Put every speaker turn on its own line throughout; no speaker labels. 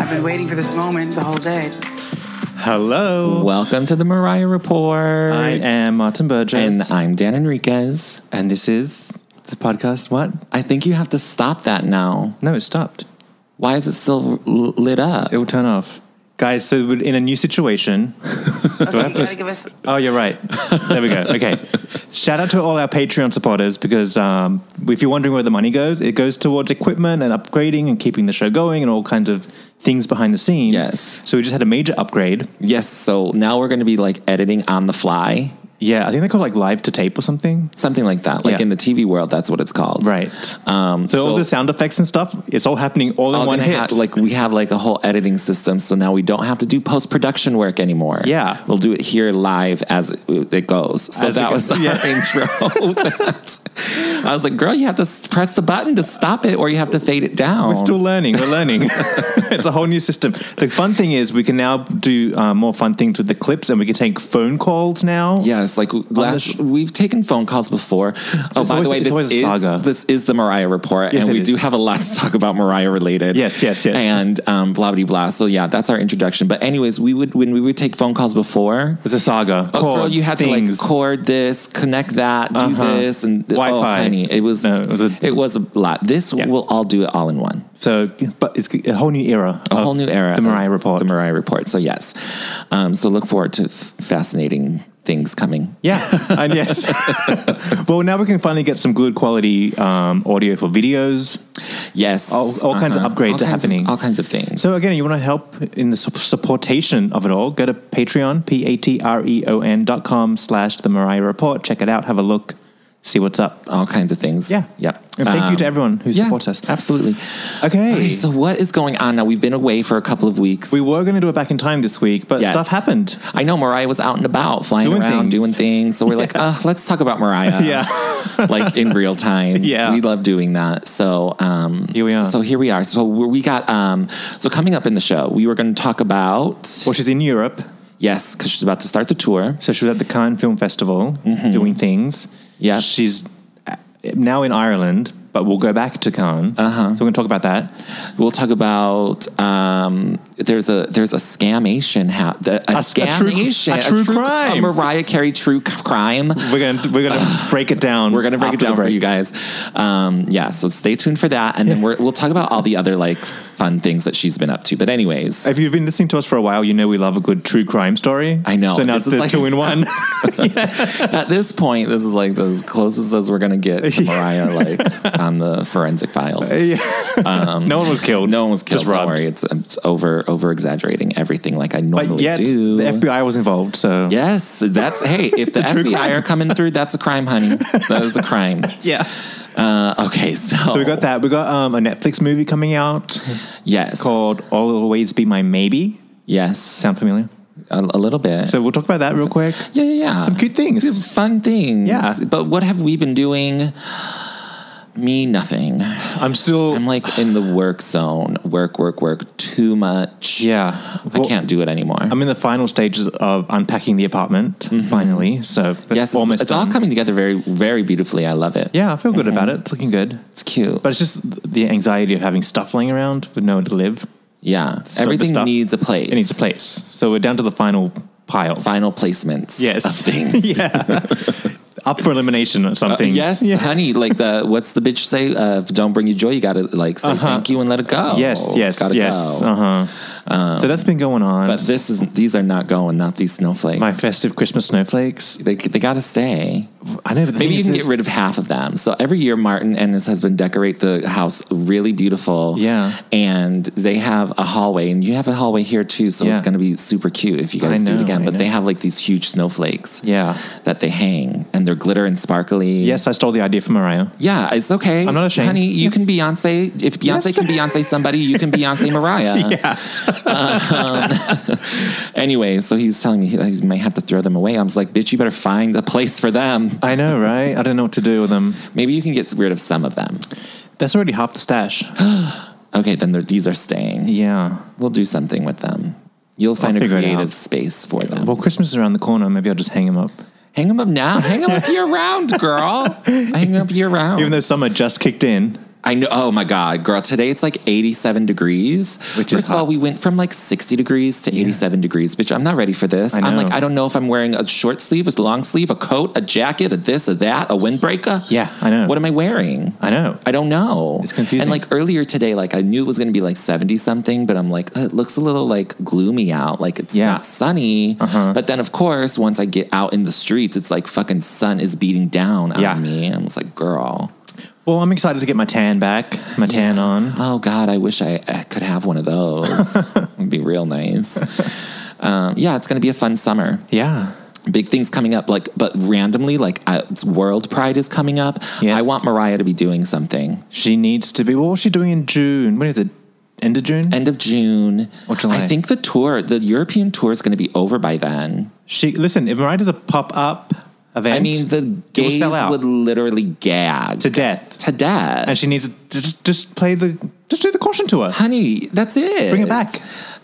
I've been waiting for this moment the whole day.
Hello.
Welcome to the Mariah Report.
I am Martin
And
Burgess.
I'm Dan Enriquez.
uh, and this is the podcast. What?
I think you have to stop that now.
No, it stopped.
Why is it still l- lit up?
It will turn off. Guys, so we're in a new situation.
Okay, you gotta give us.
Oh, you're right. There we go. Okay. Shout out to all our Patreon supporters because um, if you're wondering where the money goes, it goes towards equipment and upgrading and keeping the show going and all kinds of things behind the scenes.
Yes.
So we just had a major upgrade.
yes, so now we're going to be like editing on the fly,
Yeah, I think they call it like live to tape or something.
something like that. Like
Yeah.
in the TV world, that's what it's called.
Right.
Um,
So, all the sound effects and stuff, it's all happening all in
all
one
gonna
hit.
ha- like we have like a whole editing system, so now we don't have to do post production work anymore.
Yeah.
we'll do it here live as it it goes. So
As it
that
goes,
was our
yeah.
intro. That- I was like, girl, you have to s- press the button to stop it, or you have to fade it down.
We're still learning. We're learning. it's a whole new system. The fun thing is we can now do uh, more fun things with the clips, and we can take phone calls now.
Yes, like last
sh-
we've taken phone calls before. Oh,
It's
by
always-
the way,
it's
this
always a
is
saga.
this is the Mariah report,
Yes,
and
it
we do
is.
have a lot to talk about Mariah related.
Yes, yes, yes.
and um, blah blah blah. So yeah, that's our introduction. But anyways, we would when we would take phone calls before.
It's a saga.
Oh, girl,
Chords,
you had
things.
to like cord this, connect that, do
Uh-huh.
this, and Oh,
Wi-Fi.
honey, it was
No,
it
it
was
was
a,
a-
lot. This
Yeah.
we'll all do it all in one.
so, but it's a whole new era.
A
of
whole new era.
The Mariah
of
Report.
The Mariah report. So yes, um, so look forward to f- fascinating things coming.
yeah, and yes. well, now we can finally get some good quality um, audio for videos.
Yes, Uh-huh.
All- all kinds of upgrades
All
are
kinds of-
happening.
all kinds of things.
So again, you want to help in the su- supportation of it all? Go to Patreon, p a t r e o n dot com slash the Mariah Report. Check it out. Have a look. See what's up.
all kinds of things.
Yeah.
Yep. Uh,
And thank you to everyone who
Um, yeah,
supports us.
Absolutely.
Okay.
Okay, so what is going on now? We've been away for a couple of weeks.
we were going to do it back in time this week, but
Yes.
stuff happened.
I know Mariah was out and about, flying
Doing things.
around, doing things. So we're like, uh, let's talk about Mariah. like in real time.
Yeah.
We love doing that. So um
Here we are.
So here we are. So we we got um so coming up in the show, we were going to talk about
well, she's in Europe,
yes, cuz she's about to start the tour.
so she was at the Cannes Film Festival doing things.
Mm-hmm. Yeah.
She's uh, now in Ireland, but we'll go back to Cannes. Uh-huh. So we're going to talk about that.
We'll talk about um, there's a there's a scamation ha- the, a,
A s- a true- a
scamation
true
a
crime.
Mariah Carey true c- crime.
We're going to we're going to break it down.
We're gonna break it
after the
down for
break.
you guys. Um, yeah, so stay tuned for that, and then we're, we'll talk about all the other like fun things that she's been up to. But anyways,
If you've been listening to us for a while, you know we love a good true crime story.
I know.
So now
This is
there's
like-
two in one.
at this point, this is like as close as we're gonna get to Mariah, like on the forensic files.
no one was killed.
Um, No one was killed.
Just
Don't
robbed.
worry, it's, it's over over exaggerating everything like I normally
But yet,
do.
the FBI was involved. So
Yes, that's hey. If the
a true
FBI are
crime.
coming through, that's a crime, honey. That is a crime.
yeah.
Uh, okay, so
So we got that. We got um, a Netflix movie coming out
Yes,
called "I'll Always Be My Maybe."
yes, a,
Sound familiar?
a little bit.
So we'll talk about that real quick.
yeah, yeah, yeah.
Some cute
Some
things.
fun things.
Yeah.
but what have we been doing? Me, nothing.
I'm still.
I'm like in the work zone. Work, work, work. Too much.
yeah. Well,
I can't do it anymore.
I'm in the final stages of unpacking the apartment finally. So that's
Mm-hmm. yes, it's,
almost
it's all
done.
coming together very, very beautifully. I love it.
Yeah, I feel good
Mm-hmm.
about it. It's looking good,
it's cute.
but it's just the anxiety of having stuff laying around with nowhere to live.
Yeah.
the
Everything
stuff.
needs a place.
It needs a place. So we're down to the final pile.
Final placements
Yes.
of things. Uh,
yeah. Up for elimination or something.
Yes, honey. Like the what's the bitch say? Uh, if it don't bring you joy, you gotta like say thank you and let it go.
Uh-huh. Yes,
Oh, It's
yes,
gotta
yes.
go. Um,
Uh huh. so that's been going on.
But this is these are not going. Not these snowflakes.
my festive Christmas snowflakes.
They they gotta stay.
I know, but the
Maybe you
thing
can
is
get rid of half of them. So every year, Martin and his husband decorate the house really beautiful.
Yeah.
And they have a hallway, and you have a hallway here too. So it's
Yeah.
going to be super cute if you guys
I
do it
know,
again.
I
but they
know.
have like these huge snowflakes.
Yeah.
That they hang, and they're glitter and sparkly.
yes, I stole the idea from Mariah.
Yeah, it's okay.
I'm not ashamed.
Honey, you
Yes.
can Beyonce. If Beyonce
Yes.
can Beyonce somebody, you can Beyonce Mariah. Yeah. anyway, so he's telling me he, he might have to throw them away. I was like, bitch, you better find a place for them.
I know, right? I don't know what to do with them.
Maybe you can get rid of some of them.
That's already half the stash.
Okay, then they're- these are staying.
yeah.
We'll do something with them. You'll find a
figure it out.
creative space for them.
Well, Christmas is around the corner. Maybe I'll just hang them up.
hang them up now. Hang them up year round, girl. Hang 'em up year round.
Even though summer just kicked in.
I know. Oh my God, girl. Today it's like 87 degrees.
Which
First
is
of all,
hot.
we went from like 60 degrees to 87 degrees, bitch. I'm not ready for this.
I
I'm like,
know.
I don't know if I'm wearing a short sleeve, a long sleeve, a coat, a jacket, a this, a that, a windbreaker.
Yeah, I know.
What am I wearing?
I know.
I don't know.
It's confusing.
And like earlier today, like I knew it was going to be like 70 something, but I'm like, "Uh, it looks a little like gloomy out. Like it's
Yeah. Uh-huh.
not sunny. But then, of course, once I get out in the streets, it's like fucking sun is beating down
Yeah.
on me. I'm just like, girl.
Well, I'm excited to get my tan back, my tan on.
Oh God, I wish I, I could have one of those. It'd be real nice. Um, yeah, it's gonna be a fun summer.
Yeah.
Big things coming up, like but randomly, like I, it's World Pride is coming up.
Yes.
I want Mariah to be doing something.
She needs to be. What was she doing in June? When is it? End of June?
End of June.
Or July.
I think the tour, the European tour, is gonna be over by then.
she Listen, if Mariah does a pop up event
I mean, the
It will
gays
sell out.
would literally gag
to death,
to death.
and she needs to just, just play the. Just do the caution tour.
Honey, that's it.
Bring it back.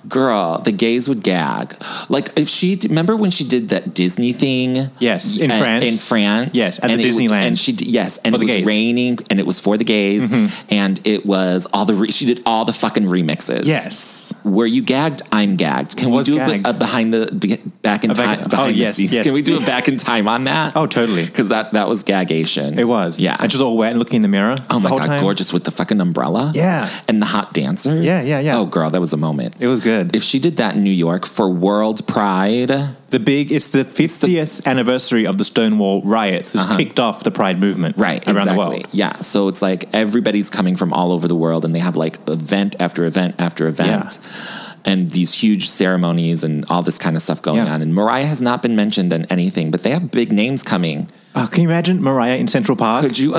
Girl, the gays would gag. Like if she remember when she did that Disney thing?
Yes, in
A-
France.
In France.
Yes, at
and
the
it would-
Disneyland.
And she d- yes, and
For
it
the
was
gays. Mm-hmm.
raining and it was for the gays and it was all the re- she did all the fucking remixes.
Yes.
Were you gagged? I'm gagged. Can we
Was
do a,
gagged.
bit- a behind the be- back in
A back-
time
oh,
behind the
yes,
scenes?
yes.
Can we do a back in time on that?
Oh, totally.
Cuz that that was gagation.
It was.
Yeah.
And she was all wet and looking in the mirror.
Oh
the
my
whole
god,
time.
gorgeous with the fucking umbrella.
Yeah.
And the hot dancers.
Yeah, yeah, yeah.
Oh girl, that was a moment.
It was good.
if she did that in New York for World Pride,
the big, it's the 50th anniversary of the Stonewall riots. It's kicked off the Pride movement
Uh-huh. right?
around
exactly.
the world.
Yeah. So it's like everybody's coming from all over the world, and they have like event after event after event, and these huge ceremonies and all this kind of stuff going
Yeah.
on. And Mariah has not been mentioned in anything, but they have big names coming.
Oh, can you imagine Mariah in Central Park?
Could you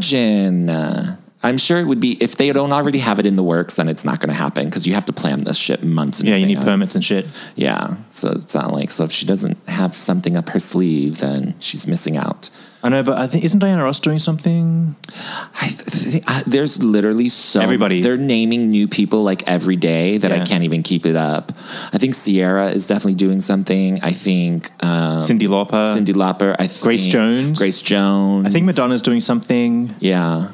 imagine? Uh, I'm sure it would be if they don't already have it in the works, then it's not going to happen because you have to plan this shit months. In
yeah, you need
advance.
permits and shit.
Yeah. So it's not like, so if she doesn't have something up her sleeve, then she's missing out.
I know, but I think isn't Diana Ross doing something?
I th- th- I, there's literally so
Everybody.
They're naming new people like every day that
Yeah.
I can't even keep it up. I think Sierra is definitely doing something. I think um,
Cindy Lauper.
Cindy Lauper. I think
Uh, Grace Jones.
Grace Jones.
I think Madonna's doing something.
Yeah.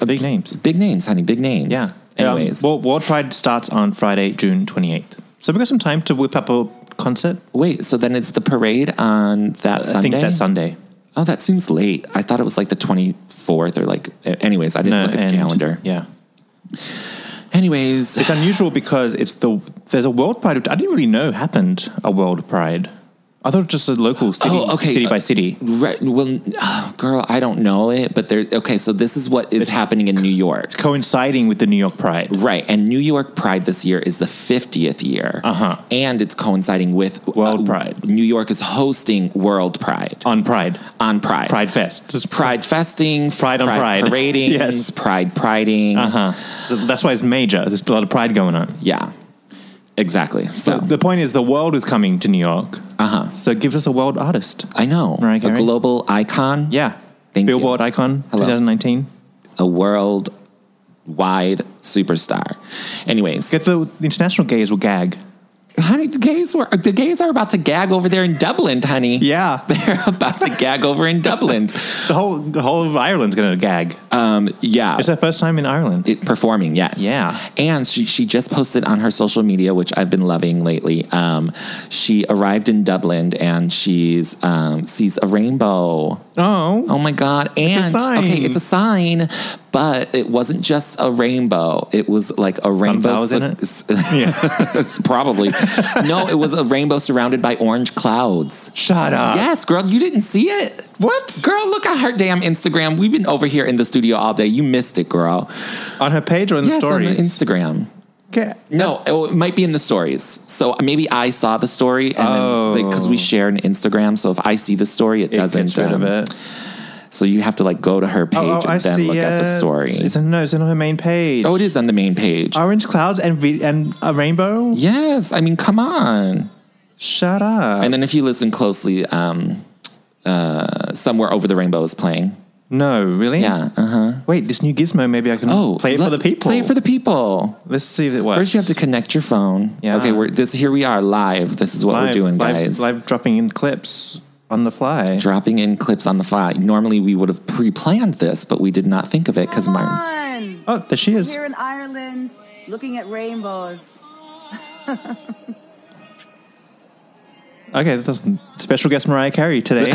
uh,
Big names.
Big names, honey. Big names.
Yeah.
Anyways,
um, well, World Pride starts on Friday, June 28th. So we've got some time to whip up a concert.
wait. So then it's the parade on that Sunday.
I think it's that Sunday.
Oh, that seems late. I thought it was like the 24th or like, anyways, I didn't look at
and-
the calendar.
Yeah.
Anyways,
It's unusual because it's the there's a world pride. which I didn't really know happened a world pride. I thought it was just a local city,
Oh, okay.
city by
Uh,
city.
right, well, oh, girl, I don't know it, but there, okay, so this is what is happening in New York.
coinciding with the New York Pride.
Right, and New York Pride this year is the 50th year.
Uh-huh.
And it's coinciding with uh,
World Pride.
New York is hosting World Pride
On Pride,
on Pride.
Pride Fest. Just
Pride festing,
Pride on Pride.
parading,
Yes.
Pride priding.
Uh-huh. So that's why it's major. There's a lot of pride going on.
Yeah, exactly. So,
The point is, the world is coming to New York.
uh huh.
So give us a world artist.
I know.
Mariah
a
Carey?
global icon.
Yeah.
Thank you.
Billboard icon
Hello.
2019.
A world wide superstar. Anyways,
Get the, the international gays will gag.
honey, wait, the gays were the gays are about to gag over there in Dublin, honey.
Yeah.
They're about to gag over in Dublin.
The whole the whole of Ireland's gonna gag.
Um, yeah.
It's her first time in Ireland.
It- performing, yes.
Yeah.
And she, she just posted on her social media, which I've been loving lately. Um, she arrived in Dublin and she's um, sees a rainbow.
oh,
Oh my God. And
sign.
okay, it's a sign, but it wasn't just a rainbow. It was like a rainbow.
flowers in it?
yeah. probably. No, it was a rainbow surrounded by orange clouds.
shut up.
Yes, girl, you didn't see it.
What?
Girl, look at her damn Instagram. We've been over here in the studio all day. You missed it, girl.
On her page or in
yes,
the
on
stories?
the Instagram.
Okay.
No, oh, it might be in the stories. So uh, maybe I saw the story, and
Oh.
then because we share an Instagram, so if I see the story, it,
It
doesn't.
gets rid of
um,
it.
So you have to like go to her page
Oh, oh,
and
I
then
see.
look at the
it.
story.
It's, Uh, it's on- no, it's on her main page.
oh, it is on the main page.
Orange clouds and vi- and a rainbow.
yes, I mean, come on.
Shut up.
And then if you listen closely, um, uh, somewhere over the rainbow is playing.
no, really.
Yeah. Uh huh.
Wait, this new gizmo. Maybe I can
Oh,
play it for the
let-
people.
Play it for the people.
Let's see if it works.
First, you have to connect your phone.
Yeah.
Okay. We're this. Here we are live. This is what we're
Live-
doing,
live,
guys.
Live dropping in clips on the fly.
dropping in clips on the fly. Normally, we would have pre-planned this, but we did not think of it because Martin.
Fun.
oh, there she is.
Here in Ireland, looking at rainbows.
Okay, that's special guest Mariah Carey today.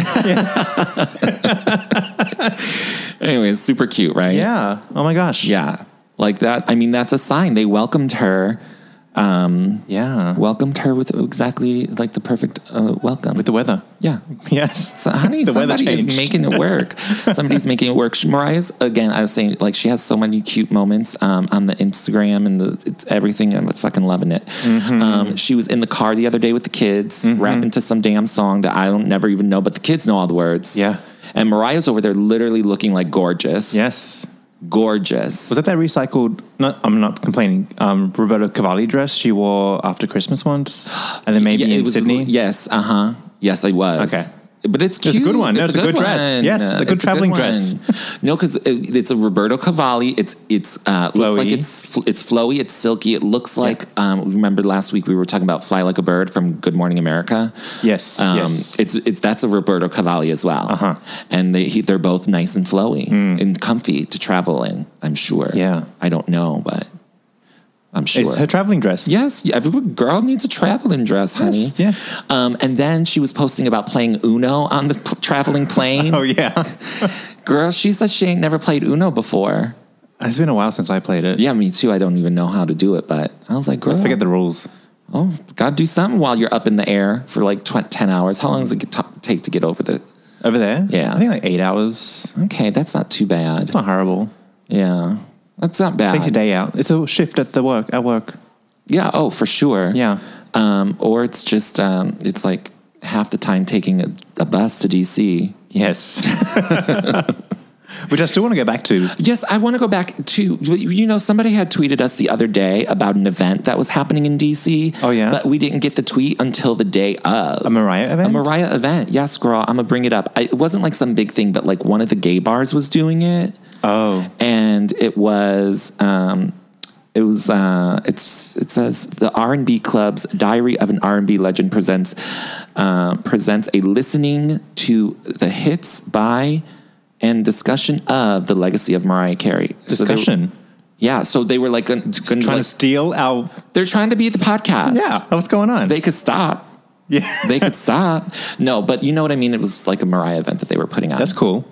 Anyway, it's super cute, right?
yeah. Oh my gosh.
yeah. Like that. I mean, that's a sign. They welcomed her. Um,
Yeah.
welcomed her with exactly like the perfect uh, welcome.
With the weather.
yeah.
Yes.
So, honey,
The weather
somebody is
changed.
making it work. Somebody's making it work. She- Mariah's again. I was saying, like, she has so many cute moments um, on the Instagram and the it's everything. I'm fucking loving it.
Mm-hmm.
Um, she was in the car the other day with the kids, rapping to some damn song that I don't never even know, but the kids know all the words.
Yeah.
And Mariah's over there, literally looking like gorgeous.
Yes.
gorgeous.
Was that that recycled? Not, I'm not complaining. Um, Roberta Cavalli dress she wore after Christmas once, and then maybe
Yeah, it
in
was-
Sydney.
Yes, uh huh. Yes, I was.
Okay.
But it's cute.
a good one. No, it's a good dress. Yes, it's a good traveling dress.
one. no, because it's a Roberto Cavalli. It's it's uh, looks like
Flowy.
it's fl- it's flowy. It's silky. It looks like um, remember last week we were talking about "Fly Like a Bird" from Good Morning America.
Yes,
um,
yes.
It's it's that's a Roberto Cavalli as well. Uh
Uh-huh. Hmm.
And they he, they're both nice and flowy and comfy to travel in. I'm sure.
Yeah.
I don't know, but I'm sure
It's her traveling dress.
Yes, every girl needs a traveling dress, honey.
Yes, yes.
Um, and then she was posting about playing Uno on the p- traveling plane.
Oh yeah.
Girl, she says she ain't never played Uno before.
it's been a while since I played it.
Yeah, me too. I don't even know how to do it, but I was like, girl,
I forget the rules.
oh, gotta do something while you're up in the air for like tw- 10 hours. How long does it get t- take to get over the.
Over there.
Yeah.
I think like eight hours.
Okay, that's not too bad.
Not horrible.
Yeah, that's not bad.
Takes a day out. It's a shift at the work. At work.
Yeah, oh, for sure.
Yeah.
Um, or it's just, um, it's like half the time taking a, a bus to DC.
Yes. Which I still want to go back to.
Yes, I want to go back to you know somebody had tweeted us the other day about an event that was happening in DC.
Oh, yeah?
but we didn't get the tweet until the day of
A Mariah event.
a Mariah event. Yes, girl, I'm gonna bring it up. I, it wasn't like some big thing, but like one of the gay bars was doing it,
Oh.
and it was. Um, it was. Uh, it's. It says the R and B club's Diary of an R and B Legend presents uh, presents a listening to the hits by and discussion of the legacy of Mariah Carey. So they-
Discussion.
yeah. So they were like, gonna, gonna,
trying
like-
to steal our.
they're trying to be the podcast.
Yeah. What's going on?
They could stop.
yeah.
They could stop. No, but you know what I mean? It was like a Mariah event that they were putting on.
That's cool.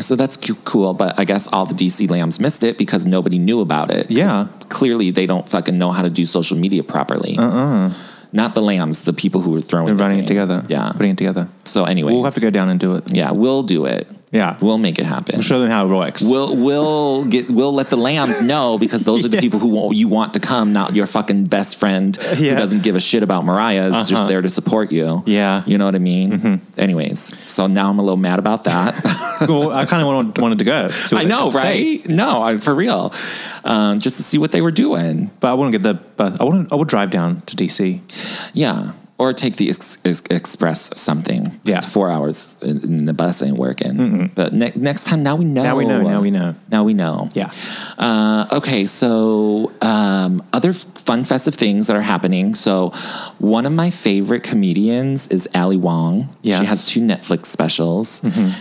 So that's cu- cool, but I guess all the DC lambs missed it because nobody knew about it. 'Cause
Yeah.
Clearly, they don't fucking know how to do social media properly. Uh-uh. Not the lambs, the people who were throwing
We're
the
running
thing.
it together.
Yeah.
Putting it together.
so anyway,
We'll have to go down and do it.
Yeah, we'll do it.
Yeah.
We'll make it happen.
Show them how it works.
We'll we'll get we'll let the lambs know because those are the people who won't, you want to come, not your fucking best friend who
Uh, Yeah.
doesn't give a shit about Mariah is just
Uh-huh.
there to support you.
Yeah. Mm-hmm.
you know what I mean. Anyways, so now I'm a little mad about that.
Well, I kind of wanted, wanted to go. see what
I
they
know,
say.
right? No, I, for real, um, just to see what they were doing.
But I want to get the. But I want. I will drive down to DC.
Yeah, Or take the ex- ex- express something.
Yeah. Mm-hmm.
It's four hours in, in the bus ain't working. But ne- next time, now we know.
Now we know, now we know.
Now we know.
Yeah.
Uh, okay, so um, other f- fun festive things that are happening. So one of my favorite comedians is Ali Wong.
Yes.
She has two Netflix specials,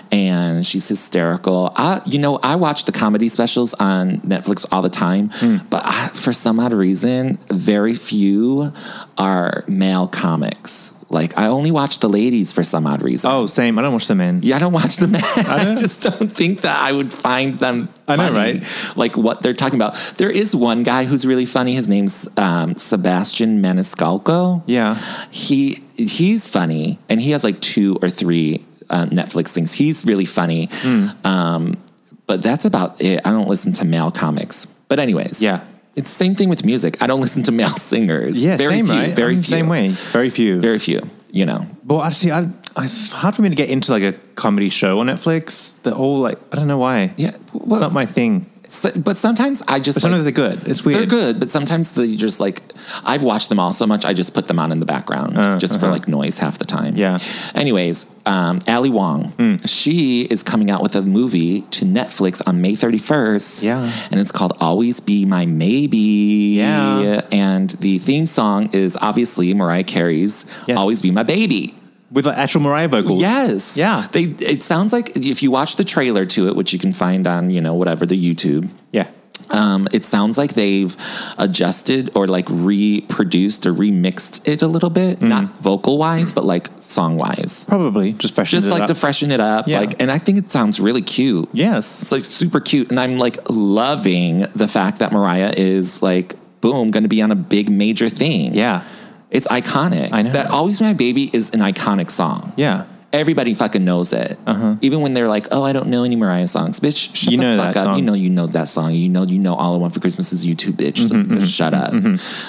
and she's hysterical. I, you know, I watch the comedy specials on Netflix all the time, but I, for some odd reason, very few are male comics. Like I only watch the ladies for some odd reason.
Oh, same. I don't watch them in.
Yeah, I don't watch the men. I,
know.
just don't think that I would find them.
I know,
funny,
right?
Like what they're talking about. There is one guy who's really funny. His name's um, Sebastian Maniscalco.
Yeah.
he he's funny, and he has like two or three uh, Netflix things. He's really funny,
Hmm.
um, but that's about it. I don't listen to male comics. But anyways,
Yeah.
it's the same thing with music. I don't listen to male singers.
Yeah,
very
same,
few,
right?
Very
I'm
few.
the Same way. Very few.
Very few. You know,
Well, I see. I, I- it's hard for me to get into like a comedy show on Netflix. They're all like, I don't know why.
Yeah, well-
it's not my thing.
So- but sometimes I just
But sometimes
like-
they're good. It's weird.
They're good, but sometimes they just like I've watched them all so much. I just put them on in the background just for like noise half the time.
Uh, uh-huh. Yeah. Hmm.
Anyways, um, Ali Wong, she is coming out with a movie to Netflix on May thirty first.
Yeah.
and it's called "Always Be My Maybe."
Yeah.
and the theme song is obviously Mariah Carey's
Yes.
"Always Be My Baby."
with like actual Mariah vocals.
Yes.
Yeah.
They. It sounds like if you watch the trailer to it, which you can find on you know whatever the YouTube.
yeah.
Um, it sounds like they've adjusted or like reproduced or remixed it a little bit,
Mm.
not vocal wise, but like song wise.
Probably just freshen.
Just
it
like
up.
to freshen it up.
Yeah.
Like, and I think it sounds really cute.
Yes.
It's like super cute. And I'm like loving the fact that Mariah is like, boom, going to be on a big major thing.
yeah.
It's iconic.
I know.
That Always My Baby is an iconic song.
Yeah.
Everybody fucking knows it. Even when they're like, "Oh, I don't know any Mariah songs, bitch." Shut
Uh-huh. You
the
know
fuck
that
up.
song.
You know, you know that song. You know, you know, all I want for Christmas is you too, bitch.
Mm-hmm,
Like, bitch, shut up.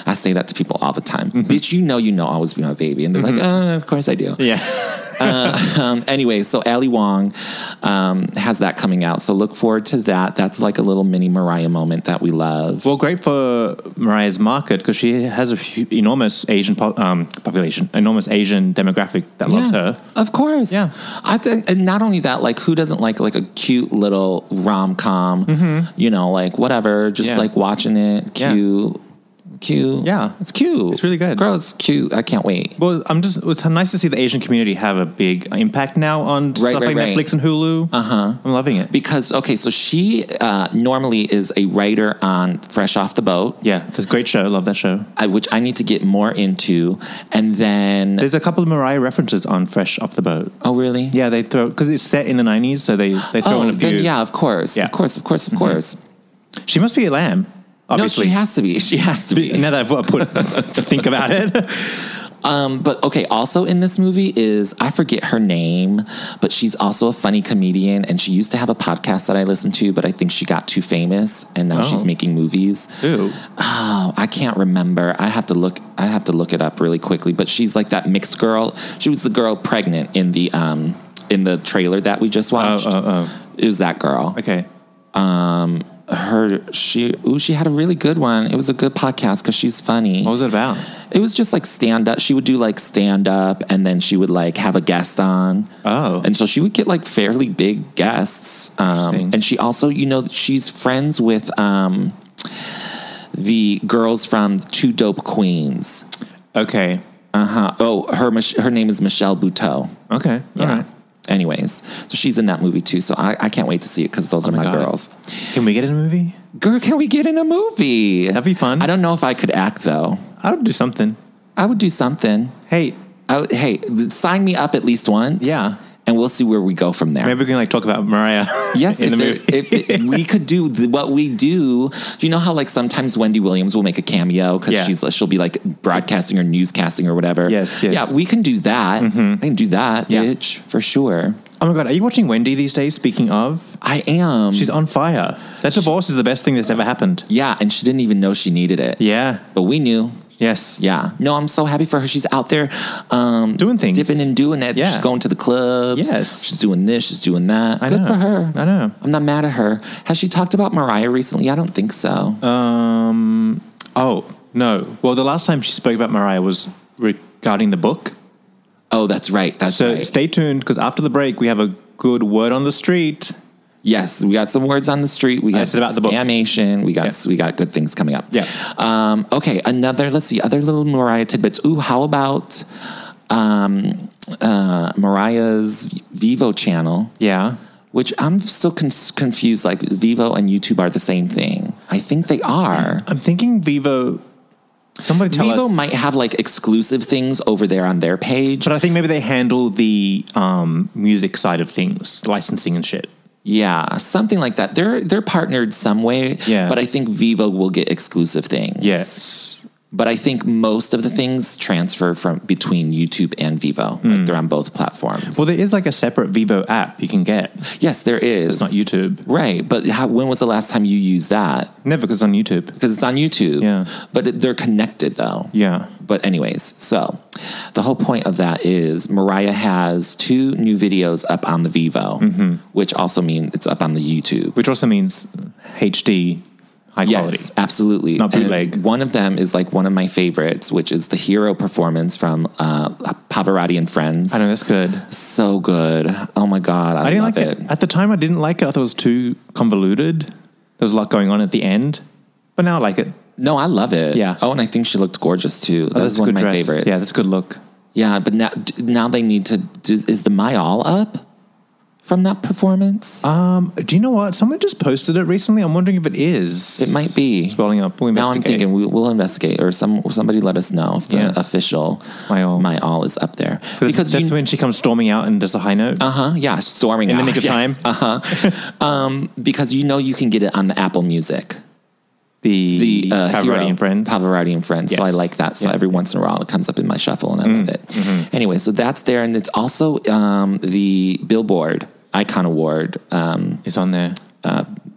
I say that to people all the time. Bitch, you know, you know, always be my baby, and they're like, "Uh, of course I do."
Mm-hmm. Yeah.
um, anyway, so Ali Wong um, has that coming out, so look forward to that. That's like a little mini Mariah moment that we love.
Well, great for Mariah's market because she has a hu enormous Asian po- um, population, enormous Asian demographic that loves
Yeah,
her.
Of course.
Yeah.
I think, and not only that, like, who doesn't like like a cute little rom com? You know, like whatever, just
Mm-hmm. Yeah.
like watching it,
Yeah.
cute, cute.
Yeah.
it's cute.
It's really good.
Girl, it's cute. I can't wait.
Well, I'm just. It's nice to see the Asian community have a big impact now on
Right,
stuff
right,
like
right. Uh-huh.
Netflix and Hulu. Uh huh. I'm loving it.
Because okay, so she uh, normally is a writer on Fresh Off the Boat,
yeah, it's a great show. Love that show.
I, which I need to get more into, and then
There's a couple of Mariah references on Fresh Off the Boat.
oh really?
Yeah, they throw because it's set in the '90s, so they they throw
Oh,
in a few.
then, yeah, of course,
Yeah.
of course, of course, of course.
She must be a lamb. Obviously,
No, she has to be. She has to be.
Now that I put think about it,
But okay, also in this movie is I forget her name, but she's also a funny comedian and she used to have a podcast that I listened to, but I think she got too famous and now
Oh.
she's making movies.
Ooh.
Oh, I can't remember. I have to look I have to look it up really quickly, but she's like that mixed girl. She was the girl pregnant in the um in the trailer that we just watched.
oh, oh.
It was that girl.
okay.
Her she ooh, she had a really good one. It was a good podcast cuz she's funny.
What was it about?
It was just like stand up. She would do like stand up and then she would like have a guest on.
Oh.
And so she would get like fairly big guests. Um,
Interesting.
and she also, you know, she's friends with um, the girls from Two Dope Queens.
Okay.
Uh huh. Oh, her, Mich- her name is Michelle Buteau.
Okay.
Yeah.
Oh, All right.
Anyways, so she's in that movie too. So I, I can't wait to see it because those are
Oh my
my
God.
girls.
Can we get in a movie?
Girl, can we get in a movie?
That'd be fun.
I don't know if I could act though.
I would do something.
I would do something.
Hey,
I, would- hey, th- sign me up at least once.
Yeah.
And we'll see where we go from there.
maybe we can like talk about Mariah.
yes,
in
if,
the
there-
movie.
if it- we could do th- what we do. Do you know how like sometimes Wendy Williams will make a cameo because
Yeah.
she's like, she'll be like broadcasting or newscasting or whatever.
Yes, yes.
Yeah, we can do that. I can do that,
Yeah.
bitch, for sure.
oh my god, are you watching Wendy these days? Speaking of,
I am.
she's on fire. That divorce is the best thing that's ever happened.
yeah, and she didn't even know she needed it.
Yeah.
But we knew.
Yes.
Yeah. No, I'm so happy for her. She's out there um,
Doing things.
dipping and doing it.
Yeah.
She's going to the clubs.
Yes.
She's doing this. She's doing that.
I
Good
know.
for her.
I know.
I'm not mad at her. Has she talked about Mariah recently? I don't think so.
Uh, Um. Oh no. Well, the last time she spoke about Mariah was re- guarding the book.
Oh, that's right. That's
So
right.
stay tuned because after the break, we have a good word on the street.
Yes, we got some words on the street. We got
said about the book.
animation. We got
Yeah.
we got good things coming up.
Yeah.
Um, okay. Another. Let's see. Other little Mariah tidbits. Ooh, how about um, uh, Mariah's Vivo channel?
Yeah.
Which I'm still con- confused. Like Vivo and YouTube are the same thing. I think they are.
I'm thinking Vivo. Somebody tell
Vivo
us.
might have like exclusive things over there on their page.
but I think maybe they handle the um, music side of things, licensing and shit.
Yeah, something like that. They're they're partnered some way.
Yeah.
But I think Vivo will get exclusive things.
Yes.
But I think most of the things transfer from between YouTube and Vivo. Like they're on both platforms.
Hmm. Well, there is like a separate Vivo app you can get.
yes, there
It's
is.
not YouTube.
Right, but how, when was the last time you used that?
Never because on YouTube.
Because it's on YouTube.
Yeah.
But it, they're connected though.
Yeah.
But anyways, so the whole point of that is Mariah has two new videos up on the Vivo,
Mm-hmm.
which also mean it's up on the YouTube.
Which also means HD, high
Yes, absolutely.
Not
And
bootleg.
one of them is like one of my favorites, which is the hero performance from uh, Pavarotti and Friends.
quality. I know that's good.
so good. Oh my god, I,
I didn't
love
like it. At the time, I didn't like it. I thought it was too convoluted. There was a lot going on at the end, but now I like it.
No, I love it.
Yeah.
Oh, and I think she looked gorgeous too. That was
a
one
good
of my
dress.
favorites.
Yeah, that's a good look.
Yeah, but now d- now they need to. Is, is the my all up from that performance?
Um, do you know what? Someone just posted it recently. I'm wondering if it is.
it might be.
Spelling up. We'll
now I'm
investigate.
thinking we, we'll investigate, or some somebody let us know if the
Yeah.
official
My all.
my all is up there
because that's
you-
when she comes storming out and does a high note.
Uh huh. Yeah, storming
In the
out.
nick of time.
Uh huh. um, because you know you can get it on the Apple Music.
the
The uh,
Pavarotti
Hero,
and friends.
Pavarotti and friends. So I
Yes.
like that. So
Yeah. Mm-hmm.
every once in a while it comes up in my shuffle, and I love it. Anyway, so that's there, and it's also um, the Billboard Icon Award um,
is on there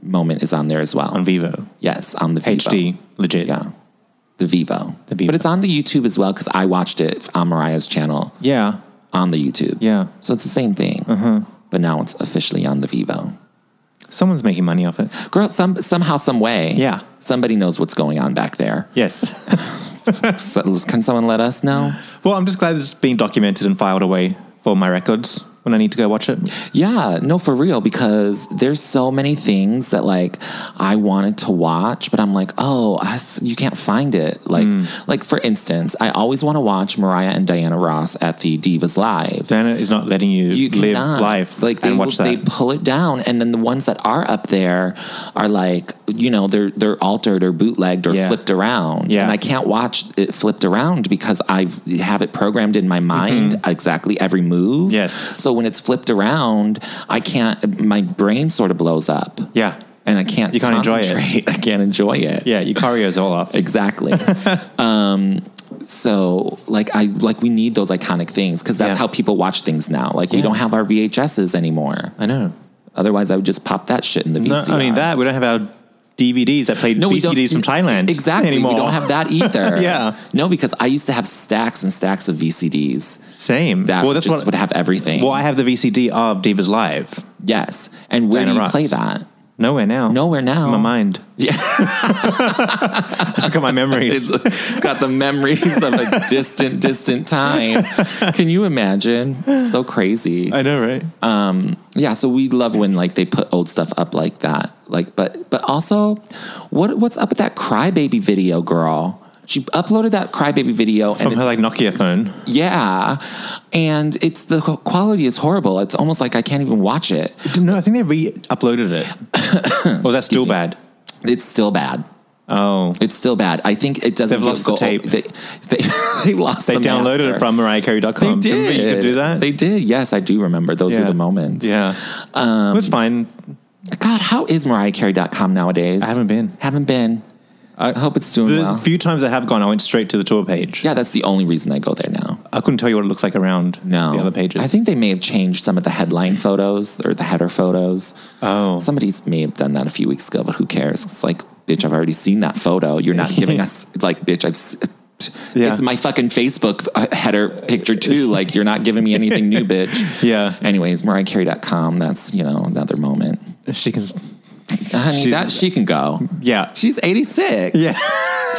moment is on there as well.
on Vivo
yes, on the Vivo.
HD legit.
Yeah, the Vivo.
The Vivo.
But it's on the YouTube as well because I watched it on Mariah's channel
yeah,
on the YouTube.
yeah. Mm-hmm.
So it's the same thing. But now it's officially on the Vivo.
Someone's making money off it.
Girl, some somehow, some way,
Yeah.
somebody knows what's going on back there.
Yes.
So, can someone let us know?
well, I'm just glad it's being documented and filed away for my records when I need to go watch it.
Yeah, no, for real, because there's so many things that like I wanted to watch, but I'm like, oh, I s you can't find it. Like,
Mm.
like for instance, I always want to watch Mariah and Diana Ross at the Divas Live.
Dana is not letting you,
you
live
cannot.
life
like they
and watch
will- they
that.
pull it down and then the ones that are up there are like you know they're they're altered or bootlegged or
Yeah.
flipped around
Yeah.
and i can't watch it flipped around because i have it programmed in my mind exactly every move
Mm-hmm. Yes.
so when it's flipped around i can't my brain sort of blows up
yeah,
and i can't
You can't enjoy it.
concentrate. i can't enjoy it
yeah. Your carrier's all off.
Exactly. um, so like I like we need those iconic things because that's
Yeah.
how people watch things now. Like we
Yeah.
don't have our VHSs anymore.
I know.
Otherwise, I would just pop that shit in the
Not
VCR.
only that, we don't have our DVDs that play
we don't-
DVDs from Thailand
Exactly.
anymore.
We don't have that either.
Yeah.
No, because I used to have stacks and stacks of VCDs
Same.
that
well, that's
just
what.
would have everything.
well, I have the VCD of Divas Live.
yes. And where
Diana
do you
Ross.
play that?
Nowhere now.
Nowhere
It's
now.
in my mind.
Yeah.
It's got my memories.
It's it's got the memories of a distant, distant time. Can you imagine? So crazy.
I know, right?
Yeah, so we love when like they put old stuff up like that. Like, but but also, what what's up with that crybaby video, girl? She uploaded that crybaby video, and
From
it's
her like Nokia phone.
yeah, and it's the quality is horrible. It's almost like I can't even watch it.
No, I think they re-uploaded it. oh, that's still
me.
bad.
It's still bad.
Oh,
It's still bad. I think it doesn't.
They've lost the tape.
They, they, they lost.
they
the
downloaded
master.
it from MariahCarey.com.
They
Remember
did.
You could do that.
They did. Yes, I do remember. Those
Yeah.
were the moments.
Yeah, um, it was fine.
God, how is MariahCarey.com nowadays?
I haven't been.
Haven't been. I, hope it's doing
The
well.
few times I have gone, I went straight to the tour page.
Yeah, that's the only reason I go there now.
I couldn't tell you what it looks like around
No,
the other pages.
I think they may have changed some of the headline photos or the header photos.
Oh.
somebody's may have done that a few weeks ago, but who cares? It's like, bitch, I've already seen that photo. You're not giving us like, bitch, I've. s-
Yeah.
It's my fucking Facebook uh, header picture too. Like you're not giving me anything new, bitch.
Yeah.
Anyways, MariahCarey.com. That's you know another moment.
she can s-
Honey,
She's-
that she can go.
Yeah.
She's 86.
Yeah.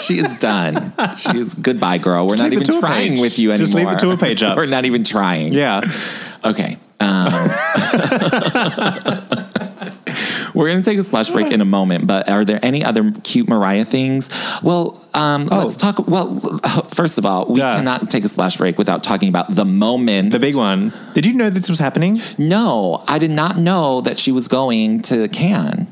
She is done. She is goodbye, girl. We're
Just
not
leave the
even
tour
trying
page.
with you anymore.
Just leave the tour page up.
We're not even trying.
Yeah.
Okay. Um, we're going to take a slash break in a moment, but are there any other cute Mariah things? Well, um, let's talk. Well, first of all, we
Oh. Yeah.
cannot take a slash break without talking about the moment.
The big one. Did you know this was happening?
No, I did not know that she was going to Cannes.